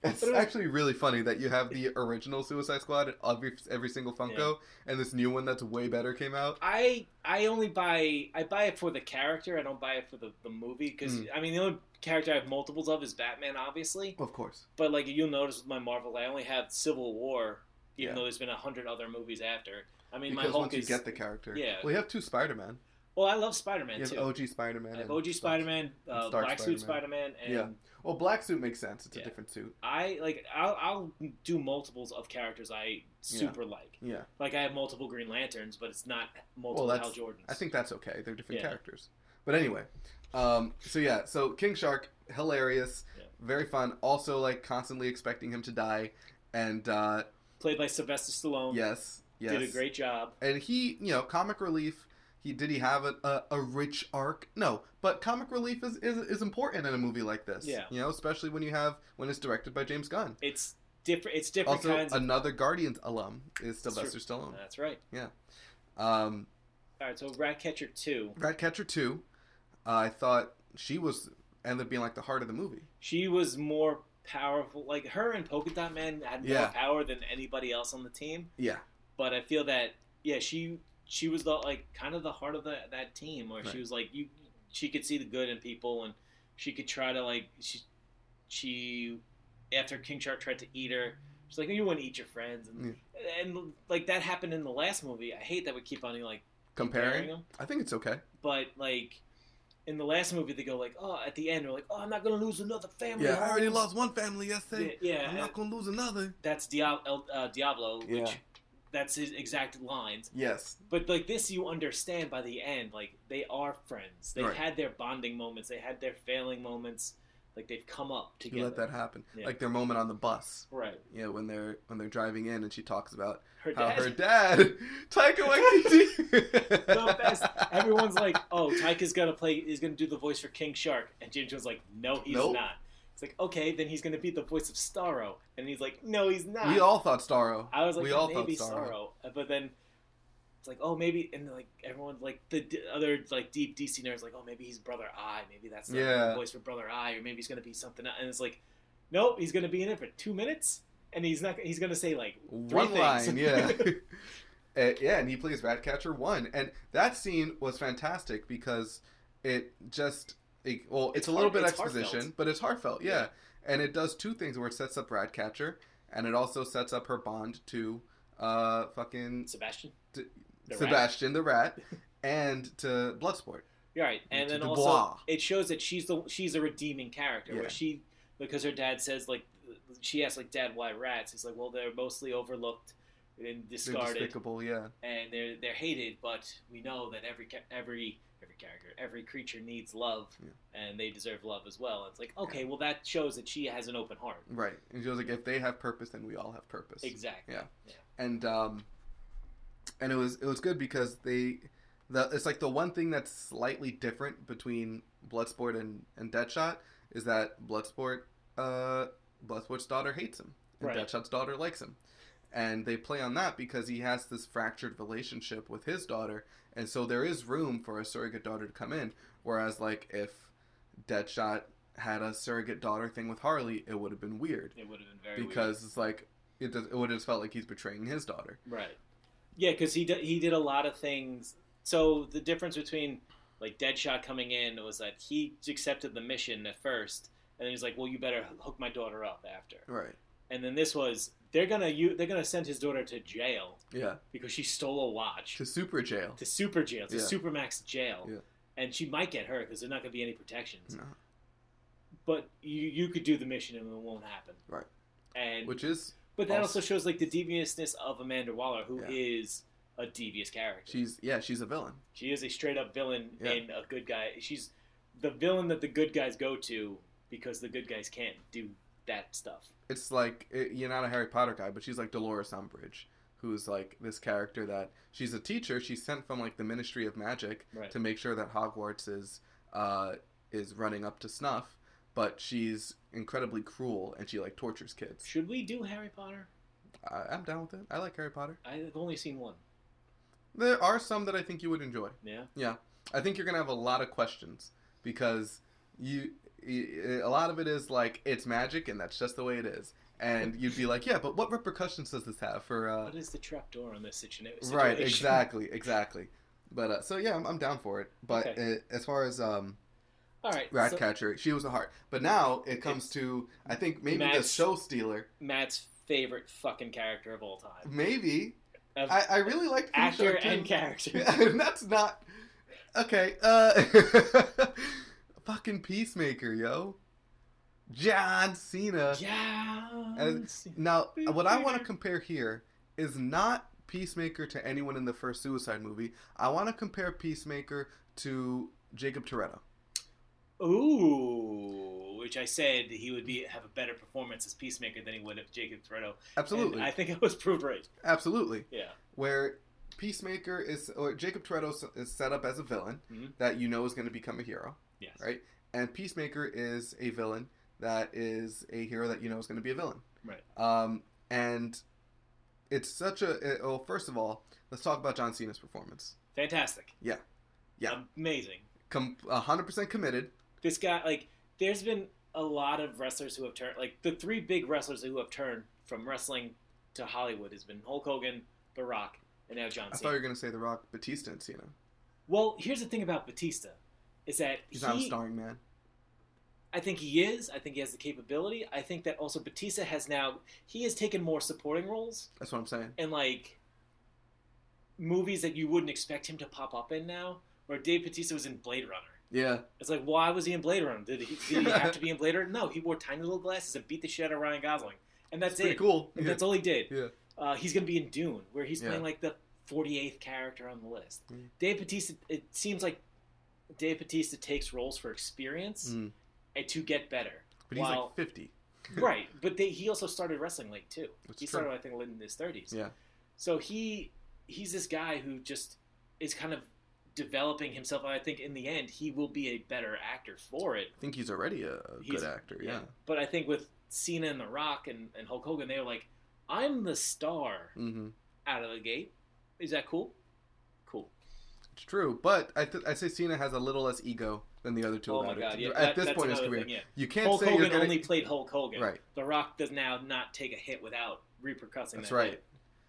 [SPEAKER 2] it's
[SPEAKER 3] But it was-
[SPEAKER 2] actually really funny that you have the original Suicide Squad and every every single Funko, and this new one that's way better came out.
[SPEAKER 3] I I only buy I buy it for the character. I don't buy it for the, the movie because
[SPEAKER 2] Mm.
[SPEAKER 3] I mean the only character I have multiples of is Batman, obviously.
[SPEAKER 2] Of course,
[SPEAKER 3] But like you'll notice with my Marvel, I only have Civil War, even
[SPEAKER 2] Yeah.
[SPEAKER 3] though there's been a hundred other movies after. I mean,
[SPEAKER 2] because
[SPEAKER 3] my Hulk
[SPEAKER 2] once you
[SPEAKER 3] is
[SPEAKER 2] get the character,
[SPEAKER 3] yeah.
[SPEAKER 2] Well, you have two Spider Man.
[SPEAKER 3] Well, I love Spider Man
[SPEAKER 2] You have
[SPEAKER 3] too.
[SPEAKER 2] OG Spider Man.
[SPEAKER 3] I have OG Spider Man, uh,
[SPEAKER 2] Stark
[SPEAKER 3] Black Suit Spider
[SPEAKER 2] Spider-Man.
[SPEAKER 3] Man, and
[SPEAKER 2] Yeah. Well, black suit makes sense. It's
[SPEAKER 3] Yeah.
[SPEAKER 2] a different suit.
[SPEAKER 3] I like I'll, I'll do multiples of characters I super like.
[SPEAKER 2] Yeah.
[SPEAKER 3] Like I have multiple Green Lanterns, but it's not multiple
[SPEAKER 2] Well,
[SPEAKER 3] Hal
[SPEAKER 2] that's-
[SPEAKER 3] Jordans.
[SPEAKER 2] I think that's okay. They're different
[SPEAKER 3] Yeah.
[SPEAKER 2] characters. But anyway, um, so yeah, so King Shark, hilarious,
[SPEAKER 3] Yeah.
[SPEAKER 2] very fun. Also, like constantly expecting him to die, and uh,
[SPEAKER 3] played by Sylvester Stallone.
[SPEAKER 2] yes, yes,
[SPEAKER 3] Oh, did a great job.
[SPEAKER 2] and he, you know, comic relief. He did he have a, a, a rich arc? No, but comic relief is, is is important in a movie like this.
[SPEAKER 3] Yeah.
[SPEAKER 2] you know, especially when you have when it's directed by James Gunn.
[SPEAKER 3] It's different. It's different
[SPEAKER 2] Also,
[SPEAKER 3] kinds. of...
[SPEAKER 2] another Guardians alum is Sylvester Stallone.
[SPEAKER 3] That's right.
[SPEAKER 2] Um,
[SPEAKER 3] All right, so Ratcatcher two.
[SPEAKER 2] Ratcatcher 2, uh, I thought she was ended up being like the heart of the movie.
[SPEAKER 3] She was more powerful. Like her and Polka Dot Man had more
[SPEAKER 2] Yeah.
[SPEAKER 3] power than anybody else on the team.
[SPEAKER 2] Yeah.
[SPEAKER 3] But I feel that yeah, she she was the like kind of the heart of the, that team, where
[SPEAKER 2] Right.
[SPEAKER 3] she was like you. She could see the good in people, and she could try to like she she after King Shark tried to eat her. She's like, you wouldn't eat your friends, and, and like that happened in the last movie. I hate that we keep on like
[SPEAKER 2] Comparing,
[SPEAKER 3] comparing them.
[SPEAKER 2] I think it's okay.
[SPEAKER 3] but like in the last movie they go like oh at the end they're like oh i'm not gonna lose another family
[SPEAKER 2] Yeah, I already
[SPEAKER 3] Holmes."
[SPEAKER 2] lost one family
[SPEAKER 3] yeah,
[SPEAKER 2] yesterday.
[SPEAKER 3] yeah,
[SPEAKER 2] I'm not gonna lose another.
[SPEAKER 3] that's Diablo, uh, Diablo which
[SPEAKER 2] Yeah.
[SPEAKER 3] that's his exact lines
[SPEAKER 2] Yes.
[SPEAKER 3] but like this you understand by the end like they are friends they've
[SPEAKER 2] Right.
[SPEAKER 3] had their bonding moments they had their failing moments like they've come up
[SPEAKER 2] You
[SPEAKER 3] together
[SPEAKER 2] let that happen.
[SPEAKER 3] Yeah.
[SPEAKER 2] Like their moment on the bus.
[SPEAKER 3] right
[SPEAKER 2] You know, when they're when they're driving in and she talks about
[SPEAKER 3] her
[SPEAKER 2] how
[SPEAKER 3] dad
[SPEAKER 2] her dad Taika Waititi
[SPEAKER 3] The best. everyone's like oh tyke gonna play he's gonna do the voice for king shark and james was like no he's
[SPEAKER 2] Nope.
[SPEAKER 3] not it's like okay then he's gonna be the voice of starro and he's like no he's not
[SPEAKER 2] We all thought Starro.
[SPEAKER 3] I was like,
[SPEAKER 2] we all thought
[SPEAKER 3] maybe
[SPEAKER 2] Starro.
[SPEAKER 3] sorrow, but then it's like, oh, maybe, and like everyone, like the d- other like deep DC nerds, like, oh, maybe he's Brother I, maybe that's the
[SPEAKER 2] Yeah.
[SPEAKER 3] voice for Brother I, or maybe he's gonna be something, else. and it's like, nope, he's gonna be in it for two minutes, and he's not, he's gonna say like three
[SPEAKER 2] one
[SPEAKER 3] things.
[SPEAKER 2] line, yeah. Uh, yeah, and he plays Ratcatcher one, and that scene was fantastic because it just it, well, it's,
[SPEAKER 3] It's
[SPEAKER 2] a little
[SPEAKER 3] heart-
[SPEAKER 2] bit
[SPEAKER 3] it's
[SPEAKER 2] exposition,
[SPEAKER 3] heartfelt.
[SPEAKER 2] but it's heartfelt, yeah.
[SPEAKER 3] Yeah.
[SPEAKER 2] And it does two things where it sets up Ratcatcher, and it also sets up her bond to uh fucking
[SPEAKER 3] Sebastian,
[SPEAKER 2] D-
[SPEAKER 3] The rat.
[SPEAKER 2] Sebastian the Rat, and to Bloodsport.
[SPEAKER 3] You're right, and
[SPEAKER 2] To
[SPEAKER 3] then
[SPEAKER 2] Dubois.
[SPEAKER 3] also it shows that she's the she's a redeeming character.
[SPEAKER 2] Yeah.
[SPEAKER 3] Where she because her dad says like she asks like Dad why rats? He's like, well, they're mostly overlooked and
[SPEAKER 2] They're
[SPEAKER 3] discarded.
[SPEAKER 2] despicable, yeah,
[SPEAKER 3] and they're they're hated, but we know that every ca- every every character, every creature needs love,
[SPEAKER 2] Yeah.
[SPEAKER 3] and they deserve love as well. it's like, okay, well that shows that she has an open heart.
[SPEAKER 2] right. And she was like, if they have purpose, then we all have purpose.
[SPEAKER 3] Exactly.
[SPEAKER 2] Yeah. and um and it was it was good because they the it's like the one thing that's slightly different between Bloodsport and and Deadshot is that Bloodsport uh Bloodsport's daughter hates him and
[SPEAKER 3] Right.
[SPEAKER 2] Deadshot's daughter likes him. And they play on that because he has this fractured relationship with his daughter, and so there is room for a surrogate daughter to come in. Whereas, like if Deadshot had a surrogate daughter thing with Harley, it would have been weird
[SPEAKER 3] It would have been very
[SPEAKER 2] because it's like it, does, it would have felt like he's betraying his daughter.
[SPEAKER 3] weird. right. Yeah, because he d- he did a lot of things. So the difference between like Deadshot coming in was that he accepted the mission at first, and then he's like, well, you better hook my daughter up after.
[SPEAKER 2] Right.
[SPEAKER 3] And then this was they're gonna you they're gonna send his daughter to jail
[SPEAKER 2] Yeah.
[SPEAKER 3] because she stole a watch.
[SPEAKER 2] To super jail.
[SPEAKER 3] to super jail, to
[SPEAKER 2] Yeah.
[SPEAKER 3] supermax jail,
[SPEAKER 2] Yeah.
[SPEAKER 3] and she might get hurt because there's not going to be any protections.
[SPEAKER 2] No.
[SPEAKER 3] But you you could do the mission and it won't happen.
[SPEAKER 2] Right.
[SPEAKER 3] And
[SPEAKER 2] Which is
[SPEAKER 3] but that
[SPEAKER 2] also-
[SPEAKER 3] also shows like the deviousness of Amanda Waller, who is
[SPEAKER 2] Yeah.
[SPEAKER 3] a devious character.
[SPEAKER 2] she's yeah she's a villain.
[SPEAKER 3] she is a straight up villain
[SPEAKER 2] Yeah.
[SPEAKER 3] and a good guy. She's the villain that the good guys go to because the good guys can't do that stuff.
[SPEAKER 2] It's like it, you're not a Harry Potter guy, but she's like Dolores Umbridge, who's like this character that she's a teacher. She's sent from like the Ministry of Magic
[SPEAKER 3] Right.
[SPEAKER 2] to make sure that Hogwarts is uh, is running up to snuff. But she's incredibly cruel and she like tortures kids.
[SPEAKER 3] Should we do Harry Potter?
[SPEAKER 2] I, I'm down with it. I like Harry Potter.
[SPEAKER 3] I've only seen one.
[SPEAKER 2] There are some that I think you would enjoy.
[SPEAKER 3] Yeah.
[SPEAKER 2] I think you're gonna have a lot of questions because you, y- a lot of it is like it's magic and that's just the way it is, and you'd be like, yeah, but what repercussions does this have for? Uh,
[SPEAKER 3] What is the trapdoor on this situa- situation?
[SPEAKER 2] right, exactly, exactly. But uh, so yeah, I'm, I'm down for it. But
[SPEAKER 3] Okay.
[SPEAKER 2] uh, as far as um,
[SPEAKER 3] All right. so-
[SPEAKER 2] Ratcatcher, she was a heart. But now it comes
[SPEAKER 3] It's-
[SPEAKER 2] to I think maybe the
[SPEAKER 3] Max-
[SPEAKER 2] show stealer.
[SPEAKER 3] Matt's favorite fucking character of all time.
[SPEAKER 2] Maybe
[SPEAKER 3] Of
[SPEAKER 2] I, I really liked King
[SPEAKER 3] actor
[SPEAKER 2] Shark, too.
[SPEAKER 3] and character.
[SPEAKER 2] and that's not. Okay. Uh, fucking peacemaker, yo. John Cena.
[SPEAKER 3] Yeah.
[SPEAKER 2] As- Now, what I want to compare here is not Peacemaker to anyone in the first Suicide movie. I want to compare Peacemaker to Jacob Toretto.
[SPEAKER 3] Ooh, which I said he would be have a better performance as Peacemaker than he would if Jacob Toretto.
[SPEAKER 2] Absolutely,
[SPEAKER 3] And I think I was proved right.
[SPEAKER 2] absolutely.
[SPEAKER 3] Yeah.
[SPEAKER 2] Where Peacemaker is, or Jacob Toretto s- is set up as a villain
[SPEAKER 3] Mhm.
[SPEAKER 2] that you know is going to become a hero,
[SPEAKER 3] Yes.
[SPEAKER 2] right? And Peacemaker is a villain that is a hero that you know is going to be a villain.
[SPEAKER 3] Right.
[SPEAKER 2] Um, and it's such a. it- Well, first of all, let's talk about John Cena's performance.
[SPEAKER 3] Fantastic.
[SPEAKER 2] Yeah. Yeah.
[SPEAKER 3] Amazing.
[SPEAKER 2] Com- 100% committed.
[SPEAKER 3] This guy, like, there's been a lot of wrestlers who have turned, like, the three big wrestlers who have turned from wrestling to Hollywood has been Hulk Hogan, The Rock, and now
[SPEAKER 2] I
[SPEAKER 3] John
[SPEAKER 2] thought you
[SPEAKER 3] Cena.
[SPEAKER 2] were gonna say The Rock, Batista, and Cena.
[SPEAKER 3] Well, here's the thing about Batista, is that
[SPEAKER 2] He's
[SPEAKER 3] he,
[SPEAKER 2] not a starring man.
[SPEAKER 3] I think he is. I think he has the capability. I think that also Batista has now he has taken more supporting roles
[SPEAKER 2] That's what I'm saying.
[SPEAKER 3] and like movies that you wouldn't expect him to pop up in now. Where Dave Batista was in Blade Runner.
[SPEAKER 2] Yeah,
[SPEAKER 3] It's like why was he in Blade Runner? Did he, did he have to be in Blade Runner? No, he wore tiny little glasses and beat the shit out of Ryan Gosling, and that's
[SPEAKER 2] it's pretty
[SPEAKER 3] it.
[SPEAKER 2] cool.
[SPEAKER 3] And
[SPEAKER 2] Yeah.
[SPEAKER 3] That's all he did.
[SPEAKER 2] Yeah.
[SPEAKER 3] Uh, he's going to be in Dune, where he's
[SPEAKER 2] Yeah.
[SPEAKER 3] playing like the 48th character on the list.
[SPEAKER 2] Mm.
[SPEAKER 3] Dave Batista. It seems like Dave Batista takes roles for experience
[SPEAKER 2] Mm.
[SPEAKER 3] and to get better.
[SPEAKER 2] But he's
[SPEAKER 3] Wow.
[SPEAKER 2] like 50.
[SPEAKER 3] right, but they, he also started wrestling late too.
[SPEAKER 2] That's
[SPEAKER 3] he
[SPEAKER 2] true.
[SPEAKER 3] started, I think, late in his thirties.
[SPEAKER 2] Yeah.
[SPEAKER 3] So he he's this guy who just is kind of developing himself. I think in the end he will be a better actor for it.
[SPEAKER 2] I think he's already a, a
[SPEAKER 3] He's-
[SPEAKER 2] good actor. Yeah.
[SPEAKER 3] But I think with Cena and The Rock and, and Hulk Hogan, they were like, "I'm the star
[SPEAKER 2] hmm
[SPEAKER 3] out of the gate." Is that cool? Cool.
[SPEAKER 2] It's true, but I th- I say Cena has a little less ego than the other two.
[SPEAKER 3] oh my
[SPEAKER 2] about it.
[SPEAKER 3] god! Yeah,
[SPEAKER 2] At
[SPEAKER 3] that-
[SPEAKER 2] this
[SPEAKER 3] that's
[SPEAKER 2] point in his
[SPEAKER 3] another
[SPEAKER 2] career,
[SPEAKER 3] thing, yeah.
[SPEAKER 2] you can't
[SPEAKER 3] Hulk
[SPEAKER 2] say
[SPEAKER 3] Hogan
[SPEAKER 2] you're gonna.
[SPEAKER 3] only played Hulk Hogan.
[SPEAKER 2] Right.
[SPEAKER 3] The Rock does now not take a hit without repercussing.
[SPEAKER 2] That's
[SPEAKER 3] that
[SPEAKER 2] right.
[SPEAKER 3] hit.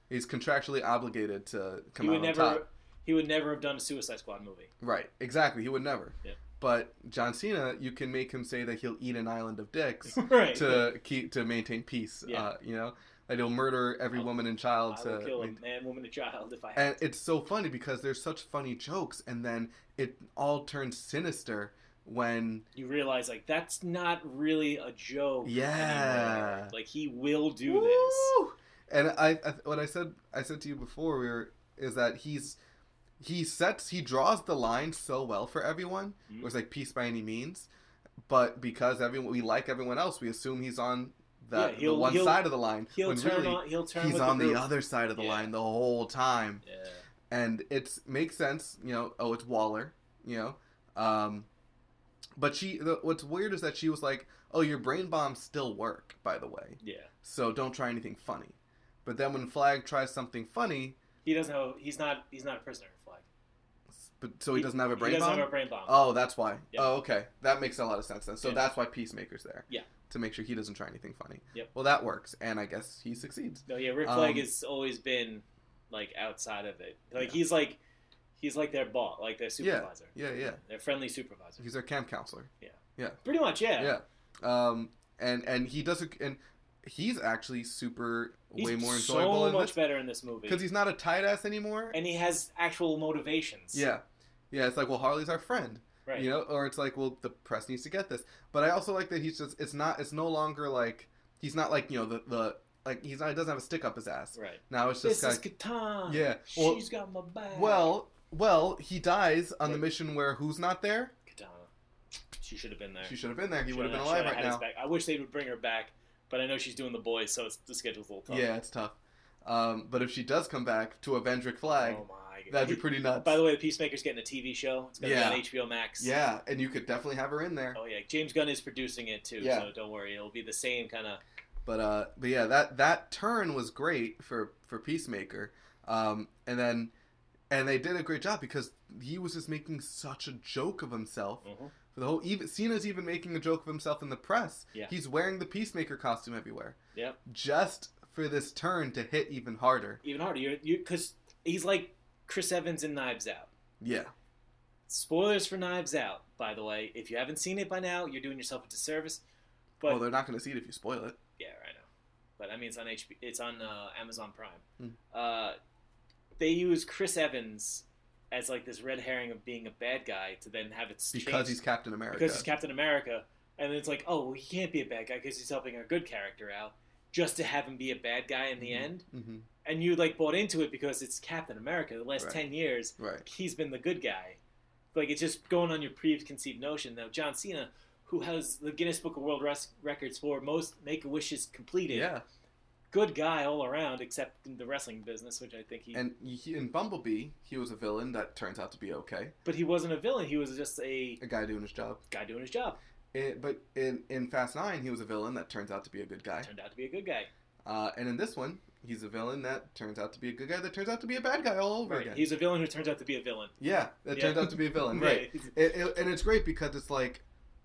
[SPEAKER 2] He's contractually obligated to come
[SPEAKER 3] he
[SPEAKER 2] out
[SPEAKER 3] would
[SPEAKER 2] on
[SPEAKER 3] never.
[SPEAKER 2] top.
[SPEAKER 3] He would never have done a Suicide Squad movie.
[SPEAKER 2] Right. Exactly. He would never.
[SPEAKER 3] Yeah.
[SPEAKER 2] But John Cena, you can make him say that he'll eat an island of dicks
[SPEAKER 3] right.
[SPEAKER 2] to keep to maintain peace.
[SPEAKER 3] Yeah.
[SPEAKER 2] Uh, you know, that he'll murder every
[SPEAKER 3] I'll-
[SPEAKER 2] woman and
[SPEAKER 3] I
[SPEAKER 2] child
[SPEAKER 3] will
[SPEAKER 2] to
[SPEAKER 3] kill a
[SPEAKER 2] maintain-
[SPEAKER 3] man, woman, and child if I have.
[SPEAKER 2] and it's so funny because there's such funny jokes and then it all turns sinister when
[SPEAKER 3] to. you realize like that's not really a joke.
[SPEAKER 2] Yeah.
[SPEAKER 3] anymore. Like he will do this.
[SPEAKER 2] Woo! and I, I what i said i said to you before we were is that he's he sets he draws the line so well for everyone
[SPEAKER 3] Mhm.
[SPEAKER 2] It was like peace by any means but because everyone we like everyone else we assume he's on
[SPEAKER 3] Yeah,
[SPEAKER 2] that the
[SPEAKER 3] he'll-
[SPEAKER 2] one
[SPEAKER 3] he'll-
[SPEAKER 2] side of the line
[SPEAKER 3] He'll
[SPEAKER 2] when
[SPEAKER 3] turn
[SPEAKER 2] really
[SPEAKER 3] on. He'll turn.
[SPEAKER 2] he's
[SPEAKER 3] with
[SPEAKER 2] on
[SPEAKER 3] the,
[SPEAKER 2] the,
[SPEAKER 3] group.
[SPEAKER 2] other side of the
[SPEAKER 3] Yeah.
[SPEAKER 2] line the whole time
[SPEAKER 3] Yeah.
[SPEAKER 2] and it's makes sense you know oh it's waller you know um but she the, what's weird is that she was like oh your brain bombs still work by the way
[SPEAKER 3] Yeah.
[SPEAKER 2] so don't try anything funny but then when flag tries something funny
[SPEAKER 3] He doesn't know. He's not. He's not a prisoner in flag.
[SPEAKER 2] but so he, doesn't have a brain
[SPEAKER 3] He doesn't
[SPEAKER 2] bomb
[SPEAKER 3] have a brain bomb.
[SPEAKER 2] oh that's why
[SPEAKER 3] Yeah.
[SPEAKER 2] oh okay that makes a lot of sense then so
[SPEAKER 3] Yeah.
[SPEAKER 2] that's why peacemaker's there
[SPEAKER 3] Yeah.
[SPEAKER 2] to make sure he doesn't try anything funny
[SPEAKER 3] Yep.
[SPEAKER 2] well that works and i guess he succeeds
[SPEAKER 3] No, yeah, Rick
[SPEAKER 2] Um,
[SPEAKER 3] Flag has always been like outside of it. Like
[SPEAKER 2] Yeah.
[SPEAKER 3] he's like he's like their boss, like their supervisor,
[SPEAKER 2] yeah yeah
[SPEAKER 3] their friendly supervisor.
[SPEAKER 2] he's our camp counselor
[SPEAKER 3] Pretty much, yeah.
[SPEAKER 2] yeah, um and and he does a, and he's actually super
[SPEAKER 3] He's
[SPEAKER 2] way more enjoyable
[SPEAKER 3] so
[SPEAKER 2] in
[SPEAKER 3] much
[SPEAKER 2] this
[SPEAKER 3] better in this movie,
[SPEAKER 2] because he's not a tight ass anymore.
[SPEAKER 3] and he has actual motivations.
[SPEAKER 2] yeah, yeah. It's like, well, Harley's our friend,
[SPEAKER 3] right.
[SPEAKER 2] you know, or it's like, well, the press needs to get this. But I also like that he's just. It's not. It's no longer like he's not like you know the the like he's not. He doesn't have a stick up his ass.
[SPEAKER 3] right.
[SPEAKER 2] Now it's
[SPEAKER 3] This
[SPEAKER 2] just
[SPEAKER 3] is
[SPEAKER 2] like,
[SPEAKER 3] Catan.
[SPEAKER 2] Yeah, well-
[SPEAKER 3] she's got my back.
[SPEAKER 2] well, well, he dies on the
[SPEAKER 3] Right.
[SPEAKER 2] mission where who's not there?
[SPEAKER 3] Katana, she should have been there.
[SPEAKER 2] She should have been there. He
[SPEAKER 3] Shoulda-
[SPEAKER 2] would have been
[SPEAKER 3] shoulda
[SPEAKER 2] alive right
[SPEAKER 3] had his
[SPEAKER 2] now.
[SPEAKER 3] back. I wish they would bring her back, but I know she's doing the boys, so it's, the schedule's a little tough.
[SPEAKER 2] Yeah, it's tough. Um, but if she does come back to avenge Rick Flag,
[SPEAKER 3] Oh my god.
[SPEAKER 2] that'd be pretty nuts.
[SPEAKER 3] By the way, the Peacemaker's getting a TV show. It's gonna
[SPEAKER 2] Yeah.
[SPEAKER 3] be on HBO Max.
[SPEAKER 2] Yeah, and you could definitely have her in there.
[SPEAKER 3] Oh yeah, James Gunn is producing it too,
[SPEAKER 2] Yeah.
[SPEAKER 3] so don't worry, it'll be the same kind of.
[SPEAKER 2] But uh, but yeah, that that turn was great for for Peacemaker. Um, and then and they did a great job because he was just making such a joke of himself
[SPEAKER 3] Mm.
[SPEAKER 2] for the whole. Even Cena's even making a joke of himself in the press.
[SPEAKER 3] Yeah.
[SPEAKER 2] He's wearing the Peacemaker costume everywhere.
[SPEAKER 3] Yep.
[SPEAKER 2] Just for this turn to hit even harder.
[SPEAKER 3] Even harder, you you because he's like Chris Evans in Knives Out.
[SPEAKER 2] Yeah.
[SPEAKER 3] Spoilers for Knives Out, by the way. If you haven't seen it by now, you're doing yourself a disservice. But
[SPEAKER 2] well, they're not going to see it if you spoil it.
[SPEAKER 3] yeah, I know. But I mean, it's on
[SPEAKER 2] Hmm.
[SPEAKER 3] HB, it's on uh, Amazon Prime.
[SPEAKER 2] Mm.
[SPEAKER 3] Uh, they use Chris Evans as like this red herring of being a bad guy to then have it
[SPEAKER 2] because
[SPEAKER 3] changed
[SPEAKER 2] he's Captain America.
[SPEAKER 3] because he's Captain America, and then it's like, oh, well, he can't be a bad guy because he's helping a good character out, just to have him be a bad guy in the
[SPEAKER 2] Mhm.
[SPEAKER 3] end.
[SPEAKER 2] hmm
[SPEAKER 3] And you like bought into it because it's Captain America. The last
[SPEAKER 2] Right.
[SPEAKER 3] ten years,
[SPEAKER 2] Right.
[SPEAKER 3] he's been the good guy. Like it's just going on your preconceived notion. Now John Cena, who has the Guinness Book of World Res- Records for most Make a Wishes completed,
[SPEAKER 2] Yeah.
[SPEAKER 3] good guy all around, except in the wrestling business, which I think he.
[SPEAKER 2] And he, in Bumblebee, he was a villain that turns out to be okay.
[SPEAKER 3] but he wasn't a villain. He was just a
[SPEAKER 2] A guy doing his job.
[SPEAKER 3] guy doing his job.
[SPEAKER 2] It, but in, in Fast Nine, he was a villain that turns out to be a good guy.
[SPEAKER 3] Turned out to be a good guy.
[SPEAKER 2] Uh, and in this one, he's a villain that turns out to be a good guy that turns out to be a bad guy all over
[SPEAKER 3] Right.
[SPEAKER 2] again.
[SPEAKER 3] He's a villain who turns out to be a villain.
[SPEAKER 2] yeah, that
[SPEAKER 3] Yeah.
[SPEAKER 2] turns out to be a villain, right?
[SPEAKER 3] Yeah.
[SPEAKER 2] It, it, and it's great because it's like,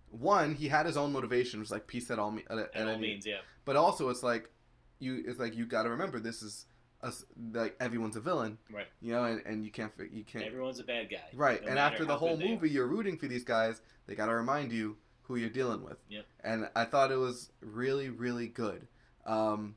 [SPEAKER 2] one, he had his own motivation, it was like peace at all, me- at, at
[SPEAKER 3] At all
[SPEAKER 2] any-
[SPEAKER 3] means, yeah.
[SPEAKER 2] But also, it's like you, it's like you got to remember this is us, like everyone's a villain,
[SPEAKER 3] Right.
[SPEAKER 2] You know, and, and you can't fi- you can't
[SPEAKER 3] Everyone's a bad guy.
[SPEAKER 2] Right,
[SPEAKER 3] no
[SPEAKER 2] and
[SPEAKER 3] matter
[SPEAKER 2] after the
[SPEAKER 3] how
[SPEAKER 2] whole
[SPEAKER 3] good they are.
[SPEAKER 2] movie, you're rooting for these guys. They got to remind you who you're dealing with.
[SPEAKER 3] Yep.
[SPEAKER 2] And I thought it was really, really good. Um,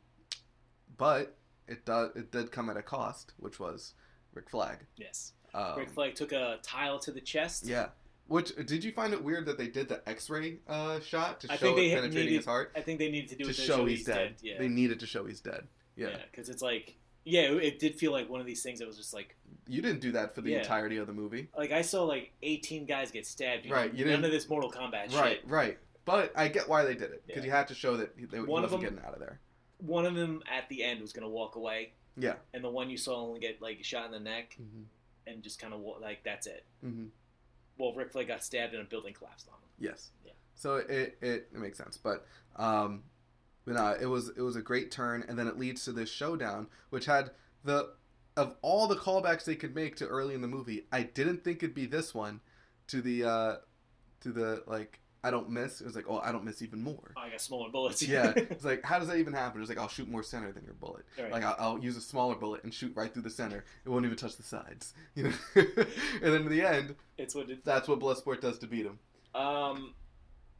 [SPEAKER 2] but it does it did come at a cost, which was Rick Flag.
[SPEAKER 3] Yes.
[SPEAKER 2] Um,
[SPEAKER 3] Rick Flag took a tile to the chest.
[SPEAKER 2] Yeah. Which did you find it weird that they did the X-ray uh, shot to
[SPEAKER 3] I
[SPEAKER 2] show
[SPEAKER 3] think they
[SPEAKER 2] it penetrating
[SPEAKER 3] needed
[SPEAKER 2] his heart
[SPEAKER 3] I think they needed to do
[SPEAKER 2] to
[SPEAKER 3] it
[SPEAKER 2] show, he's, dead.
[SPEAKER 3] Yeah.
[SPEAKER 2] They needed to show he's dead. Yeah.
[SPEAKER 3] yeah. Because it's like, yeah, it, it did feel like one of these things that was just like,
[SPEAKER 2] You didn't do that for the
[SPEAKER 3] Yeah.
[SPEAKER 2] entirety of the movie.
[SPEAKER 3] like I saw like 18 guys get stabbed. You
[SPEAKER 2] Right,
[SPEAKER 3] know,
[SPEAKER 2] you
[SPEAKER 3] none
[SPEAKER 2] didn't-
[SPEAKER 3] of this Mortal Kombat
[SPEAKER 2] Right.
[SPEAKER 3] shit.
[SPEAKER 2] Right. But I get why they did it because
[SPEAKER 3] Yeah.
[SPEAKER 2] you had to show that he, that he
[SPEAKER 3] One
[SPEAKER 2] wasn't
[SPEAKER 3] of them-
[SPEAKER 2] getting out of there.
[SPEAKER 3] One of them at the end was gonna walk away,
[SPEAKER 2] Yeah.
[SPEAKER 3] and the one you saw only get like shot in the neck
[SPEAKER 2] hmm
[SPEAKER 3] and just kind of like that's it.
[SPEAKER 2] hmm
[SPEAKER 3] Well, Rick Flag got stabbed and a building collapsed on him.
[SPEAKER 2] Yes.
[SPEAKER 3] Yeah.
[SPEAKER 2] So it, it, it makes sense, but um, but no, it was it was a great turn, and then it leads to this showdown, which had the of all the callbacks they could make to early in the movie, I didn't think it'd be this one to the uh, to the like I don't miss. It was like oh I don't miss even more.
[SPEAKER 3] Oh, I got smaller bullets.
[SPEAKER 2] yeah, it's like how does that even happen? It's like I'll shoot more center than your bullet.
[SPEAKER 3] All right.
[SPEAKER 2] Like I'll, I'll use a smaller bullet and shoot right through the center. It won't even touch the sides. You know, and then in the end,
[SPEAKER 3] it's what it,
[SPEAKER 2] that's what Bloodsport does to beat him.
[SPEAKER 3] Um,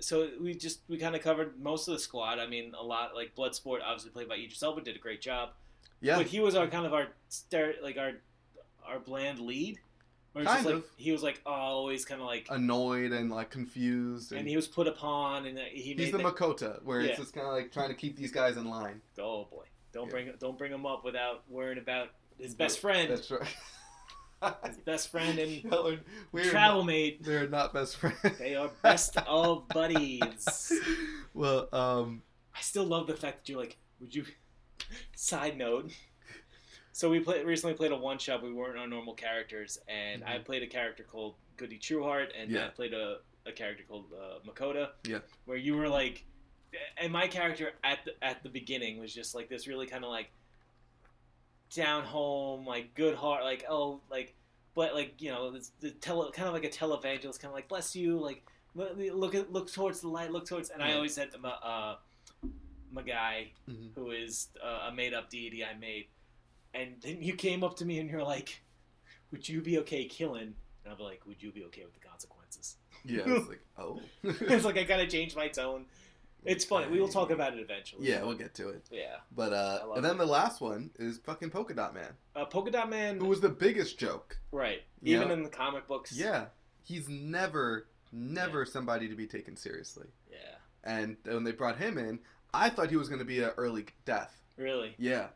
[SPEAKER 3] so we just we kind of covered most of the squad. I mean, a lot like Bloodsport, obviously played by Idris Elba, did a great job.
[SPEAKER 2] Yeah,
[SPEAKER 3] But he was our kind of our star, like our our bland lead. Where it's just
[SPEAKER 2] Kind
[SPEAKER 3] like
[SPEAKER 2] of.
[SPEAKER 3] he was like always kind of like,
[SPEAKER 2] annoyed and like confused and,
[SPEAKER 3] and he was put upon, and he made
[SPEAKER 2] he's the
[SPEAKER 3] the-
[SPEAKER 2] Makota where
[SPEAKER 3] Yeah.
[SPEAKER 2] it's just kind of like trying to keep these guys in line.
[SPEAKER 3] oh boy, don't
[SPEAKER 2] Yeah.
[SPEAKER 3] bring don't bring him up without worrying about his
[SPEAKER 2] Right.
[SPEAKER 3] best friend,
[SPEAKER 2] That's right.
[SPEAKER 3] his best friend and
[SPEAKER 2] Y'all are- we're
[SPEAKER 3] travel mate.
[SPEAKER 2] They're not best friends.
[SPEAKER 3] They are best of buddies.
[SPEAKER 2] well, um,
[SPEAKER 3] I still love the fact that you're like, would you? Side note. So we play, recently played a one shot. We weren't our normal characters, and I played a character called Goody Trueheart, and
[SPEAKER 2] Yeah.
[SPEAKER 3] Matt played a, a character called uh, Makota.
[SPEAKER 2] Yeah.
[SPEAKER 3] Where you were like, and my character at the, at the beginning was just like this really kind of like down home, like good heart, like oh, like but like you know, it's the tele, kind of like a televangelist, kind of like bless you, like look look, at, look towards the light, look towards. And I
[SPEAKER 2] Yeah.
[SPEAKER 3] always said to my, uh, my guy
[SPEAKER 2] mhm.
[SPEAKER 3] who is uh, a made up deity I made, and then you came up to me and you're like, "Would you be okay killing?" And I'll be like, "Would you be okay with the consequences?"
[SPEAKER 2] yeah, it's like oh,
[SPEAKER 3] it's like I gotta change my tone. It's funny. We will talk about it eventually.
[SPEAKER 2] Yeah, we'll get to it.
[SPEAKER 3] Yeah.
[SPEAKER 2] But uh,
[SPEAKER 3] love
[SPEAKER 2] and then
[SPEAKER 3] it.
[SPEAKER 2] the last one is fucking Polka Dot Man,
[SPEAKER 3] Uh, Polka Dot Man.
[SPEAKER 2] who was the biggest joke.
[SPEAKER 3] right.
[SPEAKER 2] Yeah.
[SPEAKER 3] Even in the comic books.
[SPEAKER 2] Yeah, he's never, never somebody to be taken seriously.
[SPEAKER 3] Yeah.
[SPEAKER 2] And when they brought him in, I thought he was going to be an early death.
[SPEAKER 3] Really.
[SPEAKER 2] Yeah,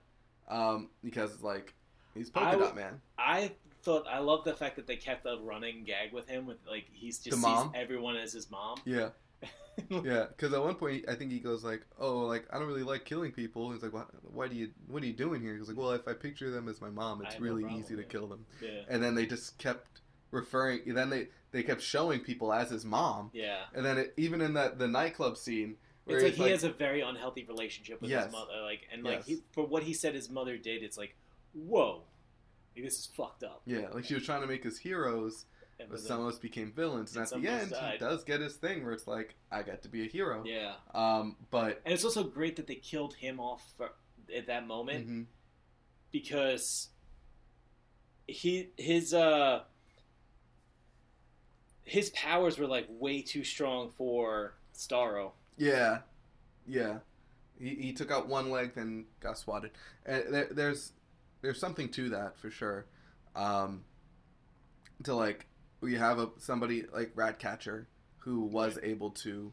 [SPEAKER 2] um, because like he's
[SPEAKER 3] I
[SPEAKER 2] polka
[SPEAKER 3] w-
[SPEAKER 2] dot man.
[SPEAKER 3] I thought I love the fact that they kept a running gag with him with like he's just
[SPEAKER 2] The
[SPEAKER 3] sees
[SPEAKER 2] mom?
[SPEAKER 3] everyone as his mom.
[SPEAKER 2] Yeah, yeah. Because at one point, I think he goes like, "Oh, like I don't really like killing people." He's like, "Why? Why do you? What are you doing here?" He's like, "Well, if I picture them as my mom,
[SPEAKER 3] I
[SPEAKER 2] it's
[SPEAKER 3] have no
[SPEAKER 2] really
[SPEAKER 3] problem,
[SPEAKER 2] easy to
[SPEAKER 3] yeah."
[SPEAKER 2] kill them."
[SPEAKER 3] Yeah.
[SPEAKER 2] And then they just kept referring. Then they they kept showing people as his mom.
[SPEAKER 3] Yeah.
[SPEAKER 2] And then it, even in that the nightclub scene, where
[SPEAKER 3] It's like
[SPEAKER 2] he's
[SPEAKER 3] he has a very unhealthy relationship with
[SPEAKER 2] Yes.
[SPEAKER 3] his mother, like, and like
[SPEAKER 2] Yes.
[SPEAKER 3] he, for what he said his mother did, it's like, whoa, like, this is fucked up.
[SPEAKER 2] yeah, like she was trying to make us heroes,
[SPEAKER 3] And
[SPEAKER 2] but
[SPEAKER 3] then-
[SPEAKER 2] some of us became villains.
[SPEAKER 3] and
[SPEAKER 2] And, at
[SPEAKER 3] some
[SPEAKER 2] the
[SPEAKER 3] of us
[SPEAKER 2] end, he
[SPEAKER 3] died.
[SPEAKER 2] does get his thing where it's like, "I got to be a hero."
[SPEAKER 3] yeah,
[SPEAKER 2] Um, but
[SPEAKER 3] and it's also great that they killed him off for, at that moment
[SPEAKER 2] mhm.
[SPEAKER 3] because he his uh his powers were like way too strong for Starro.
[SPEAKER 2] Yeah, yeah. He, he took out one leg, then got swatted. And there, there's there's something to that for sure. Um, to like we have a somebody like Ratcatcher who was able to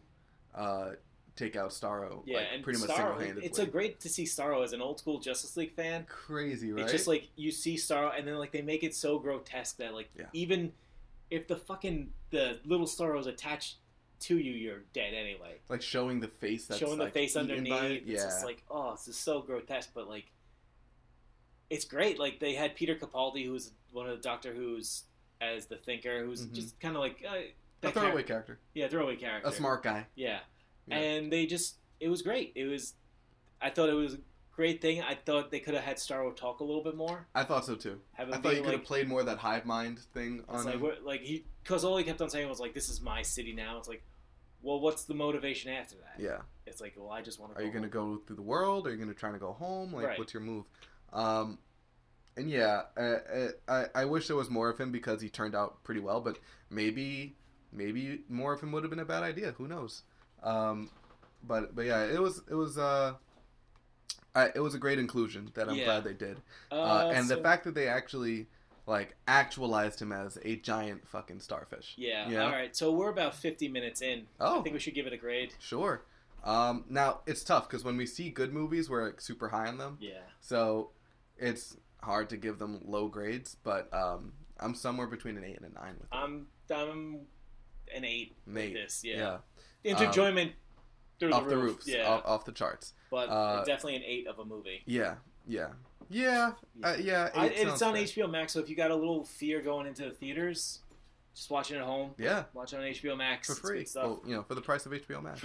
[SPEAKER 2] uh, take out Starro
[SPEAKER 3] Yeah,
[SPEAKER 2] like,
[SPEAKER 3] and
[SPEAKER 2] pretty much single
[SPEAKER 3] Starro,
[SPEAKER 2] handedly.
[SPEAKER 3] it's a great to see Starro as an old school Justice League fan.
[SPEAKER 2] crazy, right?
[SPEAKER 3] It's just like you see Starro, and then like they make it so grotesque that like
[SPEAKER 2] Yeah.
[SPEAKER 3] even if the fucking the little Starro is attached to you, you're dead anyway.
[SPEAKER 2] Like showing the face that's
[SPEAKER 3] Showing the
[SPEAKER 2] like,
[SPEAKER 3] face
[SPEAKER 2] eaten
[SPEAKER 3] underneath,
[SPEAKER 2] by it.
[SPEAKER 3] it's just like oh, this is so grotesque, but like it's great. Like they had Peter Capaldi, who's one of the Doctor Who's as the Thinker, who's
[SPEAKER 2] Mhm.
[SPEAKER 3] just kind of like uh,
[SPEAKER 2] a
[SPEAKER 3] that
[SPEAKER 2] throwaway
[SPEAKER 3] charac-
[SPEAKER 2] character,
[SPEAKER 3] yeah, throwaway character,
[SPEAKER 2] a smart guy.
[SPEAKER 3] yeah.
[SPEAKER 2] Yeah.
[SPEAKER 3] And they just, it was great. It was, I thought it was a great thing. I thought they could have had Starro talk a little bit more.
[SPEAKER 2] I thought so too.
[SPEAKER 3] Have him
[SPEAKER 2] I thought you
[SPEAKER 3] being
[SPEAKER 2] could have
[SPEAKER 3] like,
[SPEAKER 2] played more of that hive mind thing on
[SPEAKER 3] it's like,
[SPEAKER 2] him.
[SPEAKER 3] what, like he, because all he kept on saying was like, "This is my city now." It's like, well, what's the motivation after that?
[SPEAKER 2] Yeah.
[SPEAKER 3] It's like, well, I just want to.
[SPEAKER 2] Are you gonna go through the world? Are you gonna try to go home? Like,
[SPEAKER 3] Right.
[SPEAKER 2] what's your move? Um, and yeah, I, I I wish there was more of him because he turned out pretty well. But maybe maybe more of him would have been a bad idea. Who knows? Um, but but yeah, it was it was uh, I, it was a great inclusion that I'm
[SPEAKER 3] Yeah.
[SPEAKER 2] glad they did. Uh, and the
[SPEAKER 3] so-
[SPEAKER 2] fact that they actually like actualized him as a giant fucking starfish.
[SPEAKER 3] Yeah,
[SPEAKER 2] Yeah.
[SPEAKER 3] All right. So we're about fifty minutes in.
[SPEAKER 2] Oh,
[SPEAKER 3] I think we should give it a grade.
[SPEAKER 2] sure. Um, now it's tough because when we see good movies, we're like super high on them.
[SPEAKER 3] Yeah.
[SPEAKER 2] So it's hard to give them low grades, but um, I'm somewhere between an eight and a nine with them.
[SPEAKER 3] I'm I'm an eight.
[SPEAKER 2] An eight.
[SPEAKER 3] This.
[SPEAKER 2] yeah, Um,
[SPEAKER 3] Yeah. Enjoyment through
[SPEAKER 2] off
[SPEAKER 3] the,
[SPEAKER 2] the
[SPEAKER 3] roof.
[SPEAKER 2] roofs,
[SPEAKER 3] Yeah.
[SPEAKER 2] off, off the charts.
[SPEAKER 3] but
[SPEAKER 2] uh,
[SPEAKER 3] definitely an eight of a movie.
[SPEAKER 2] Yeah, yeah, yeah, uh, yeah.
[SPEAKER 3] I, it's
[SPEAKER 2] sounds
[SPEAKER 3] on
[SPEAKER 2] fair.
[SPEAKER 3] HBO Max, so if you got a little fear going into the theaters, just watch it at home.
[SPEAKER 2] Yeah,
[SPEAKER 3] Watch it on HBO Max.
[SPEAKER 2] for
[SPEAKER 3] It's good
[SPEAKER 2] free.
[SPEAKER 3] stuff.
[SPEAKER 2] Well, you know, for the price of HBO Max.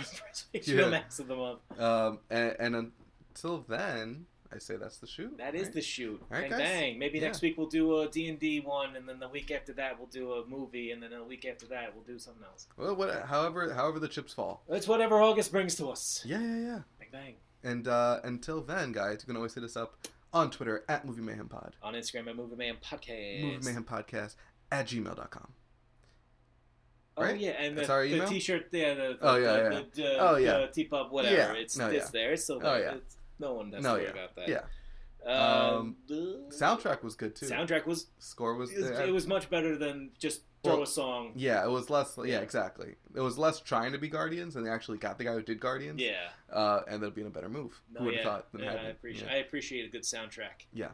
[SPEAKER 3] HBO
[SPEAKER 2] Yeah.
[SPEAKER 3] Max of the month.
[SPEAKER 2] um, and, and until then, I say that's the shoot.
[SPEAKER 3] That is
[SPEAKER 2] right?
[SPEAKER 3] the shoot.
[SPEAKER 2] All right,
[SPEAKER 3] bang
[SPEAKER 2] guys.
[SPEAKER 3] bang. Maybe
[SPEAKER 2] Yeah.
[SPEAKER 3] next week we'll do a D and D one, and then the week after that we'll do a movie, and then the week after that we'll do something else.
[SPEAKER 2] Well, what, however, however the chips fall.
[SPEAKER 3] It's whatever August brings to us.
[SPEAKER 2] Yeah, yeah, yeah.
[SPEAKER 3] Bang bang.
[SPEAKER 2] And uh, until then, guys, you can always hit us up on Twitter at Movie Mayhem Pod.
[SPEAKER 3] On Instagram at Movie Man Podcast.
[SPEAKER 2] movie mayhem podcast at gmail.com
[SPEAKER 3] Oh
[SPEAKER 2] right?
[SPEAKER 3] yeah, and
[SPEAKER 2] That's
[SPEAKER 3] the,
[SPEAKER 2] our
[SPEAKER 3] the
[SPEAKER 2] email?
[SPEAKER 3] T-shirt, yeah, the, the,
[SPEAKER 2] Oh, yeah,
[SPEAKER 3] the,
[SPEAKER 2] yeah.
[SPEAKER 3] the, the,
[SPEAKER 2] Oh, yeah.
[SPEAKER 3] the T-pop, whatever.
[SPEAKER 2] Yeah.
[SPEAKER 3] It's
[SPEAKER 2] No,
[SPEAKER 3] it's
[SPEAKER 2] yeah.
[SPEAKER 3] there. It's still
[SPEAKER 2] Oh,
[SPEAKER 3] there.
[SPEAKER 2] yeah.
[SPEAKER 3] It's, no one has
[SPEAKER 2] No,
[SPEAKER 3] to worry
[SPEAKER 2] yeah.
[SPEAKER 3] about that.
[SPEAKER 2] yeah
[SPEAKER 3] Um,
[SPEAKER 2] soundtrack was good too
[SPEAKER 3] Soundtrack was
[SPEAKER 2] score was
[SPEAKER 3] it, was
[SPEAKER 2] yeah.
[SPEAKER 3] it was much better than just throw
[SPEAKER 2] Well,
[SPEAKER 3] a song.
[SPEAKER 2] yeah it was less yeah exactly it was less trying to be guardians and they actually got the guy who did guardians
[SPEAKER 3] Yeah,
[SPEAKER 2] uh, and that'd been a better move
[SPEAKER 3] no,
[SPEAKER 2] who would
[SPEAKER 3] yeah.
[SPEAKER 2] have thought than
[SPEAKER 3] yeah,
[SPEAKER 2] having-
[SPEAKER 3] I appreciate
[SPEAKER 2] yeah.
[SPEAKER 3] I appreciate a good soundtrack.
[SPEAKER 2] Yeah.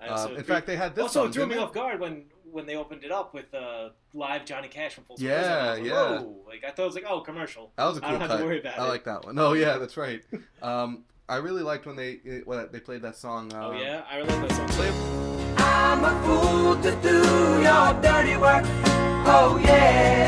[SPEAKER 3] I
[SPEAKER 2] Um,
[SPEAKER 3] also
[SPEAKER 2] in
[SPEAKER 3] appre-
[SPEAKER 2] fact they had this
[SPEAKER 3] also
[SPEAKER 2] song,
[SPEAKER 3] it threw
[SPEAKER 2] didn't
[SPEAKER 3] me
[SPEAKER 2] they?
[SPEAKER 3] off guard when when they opened it up with uh, live Johnny Cash from Full Circle.
[SPEAKER 2] Yeah,
[SPEAKER 3] I was like,
[SPEAKER 2] yeah. Uh,
[SPEAKER 3] Whoa. Like I thought it was like oh commercial.
[SPEAKER 2] that was a cool
[SPEAKER 3] I don't have
[SPEAKER 2] cut
[SPEAKER 3] to worry about
[SPEAKER 2] i
[SPEAKER 3] it.
[SPEAKER 2] like that one oh yeah that's right um i really liked when they when they played that song uh,
[SPEAKER 3] oh yeah, I love that song.
[SPEAKER 2] play-
[SPEAKER 4] I'm a fool to do your dirty work. Oh yeah.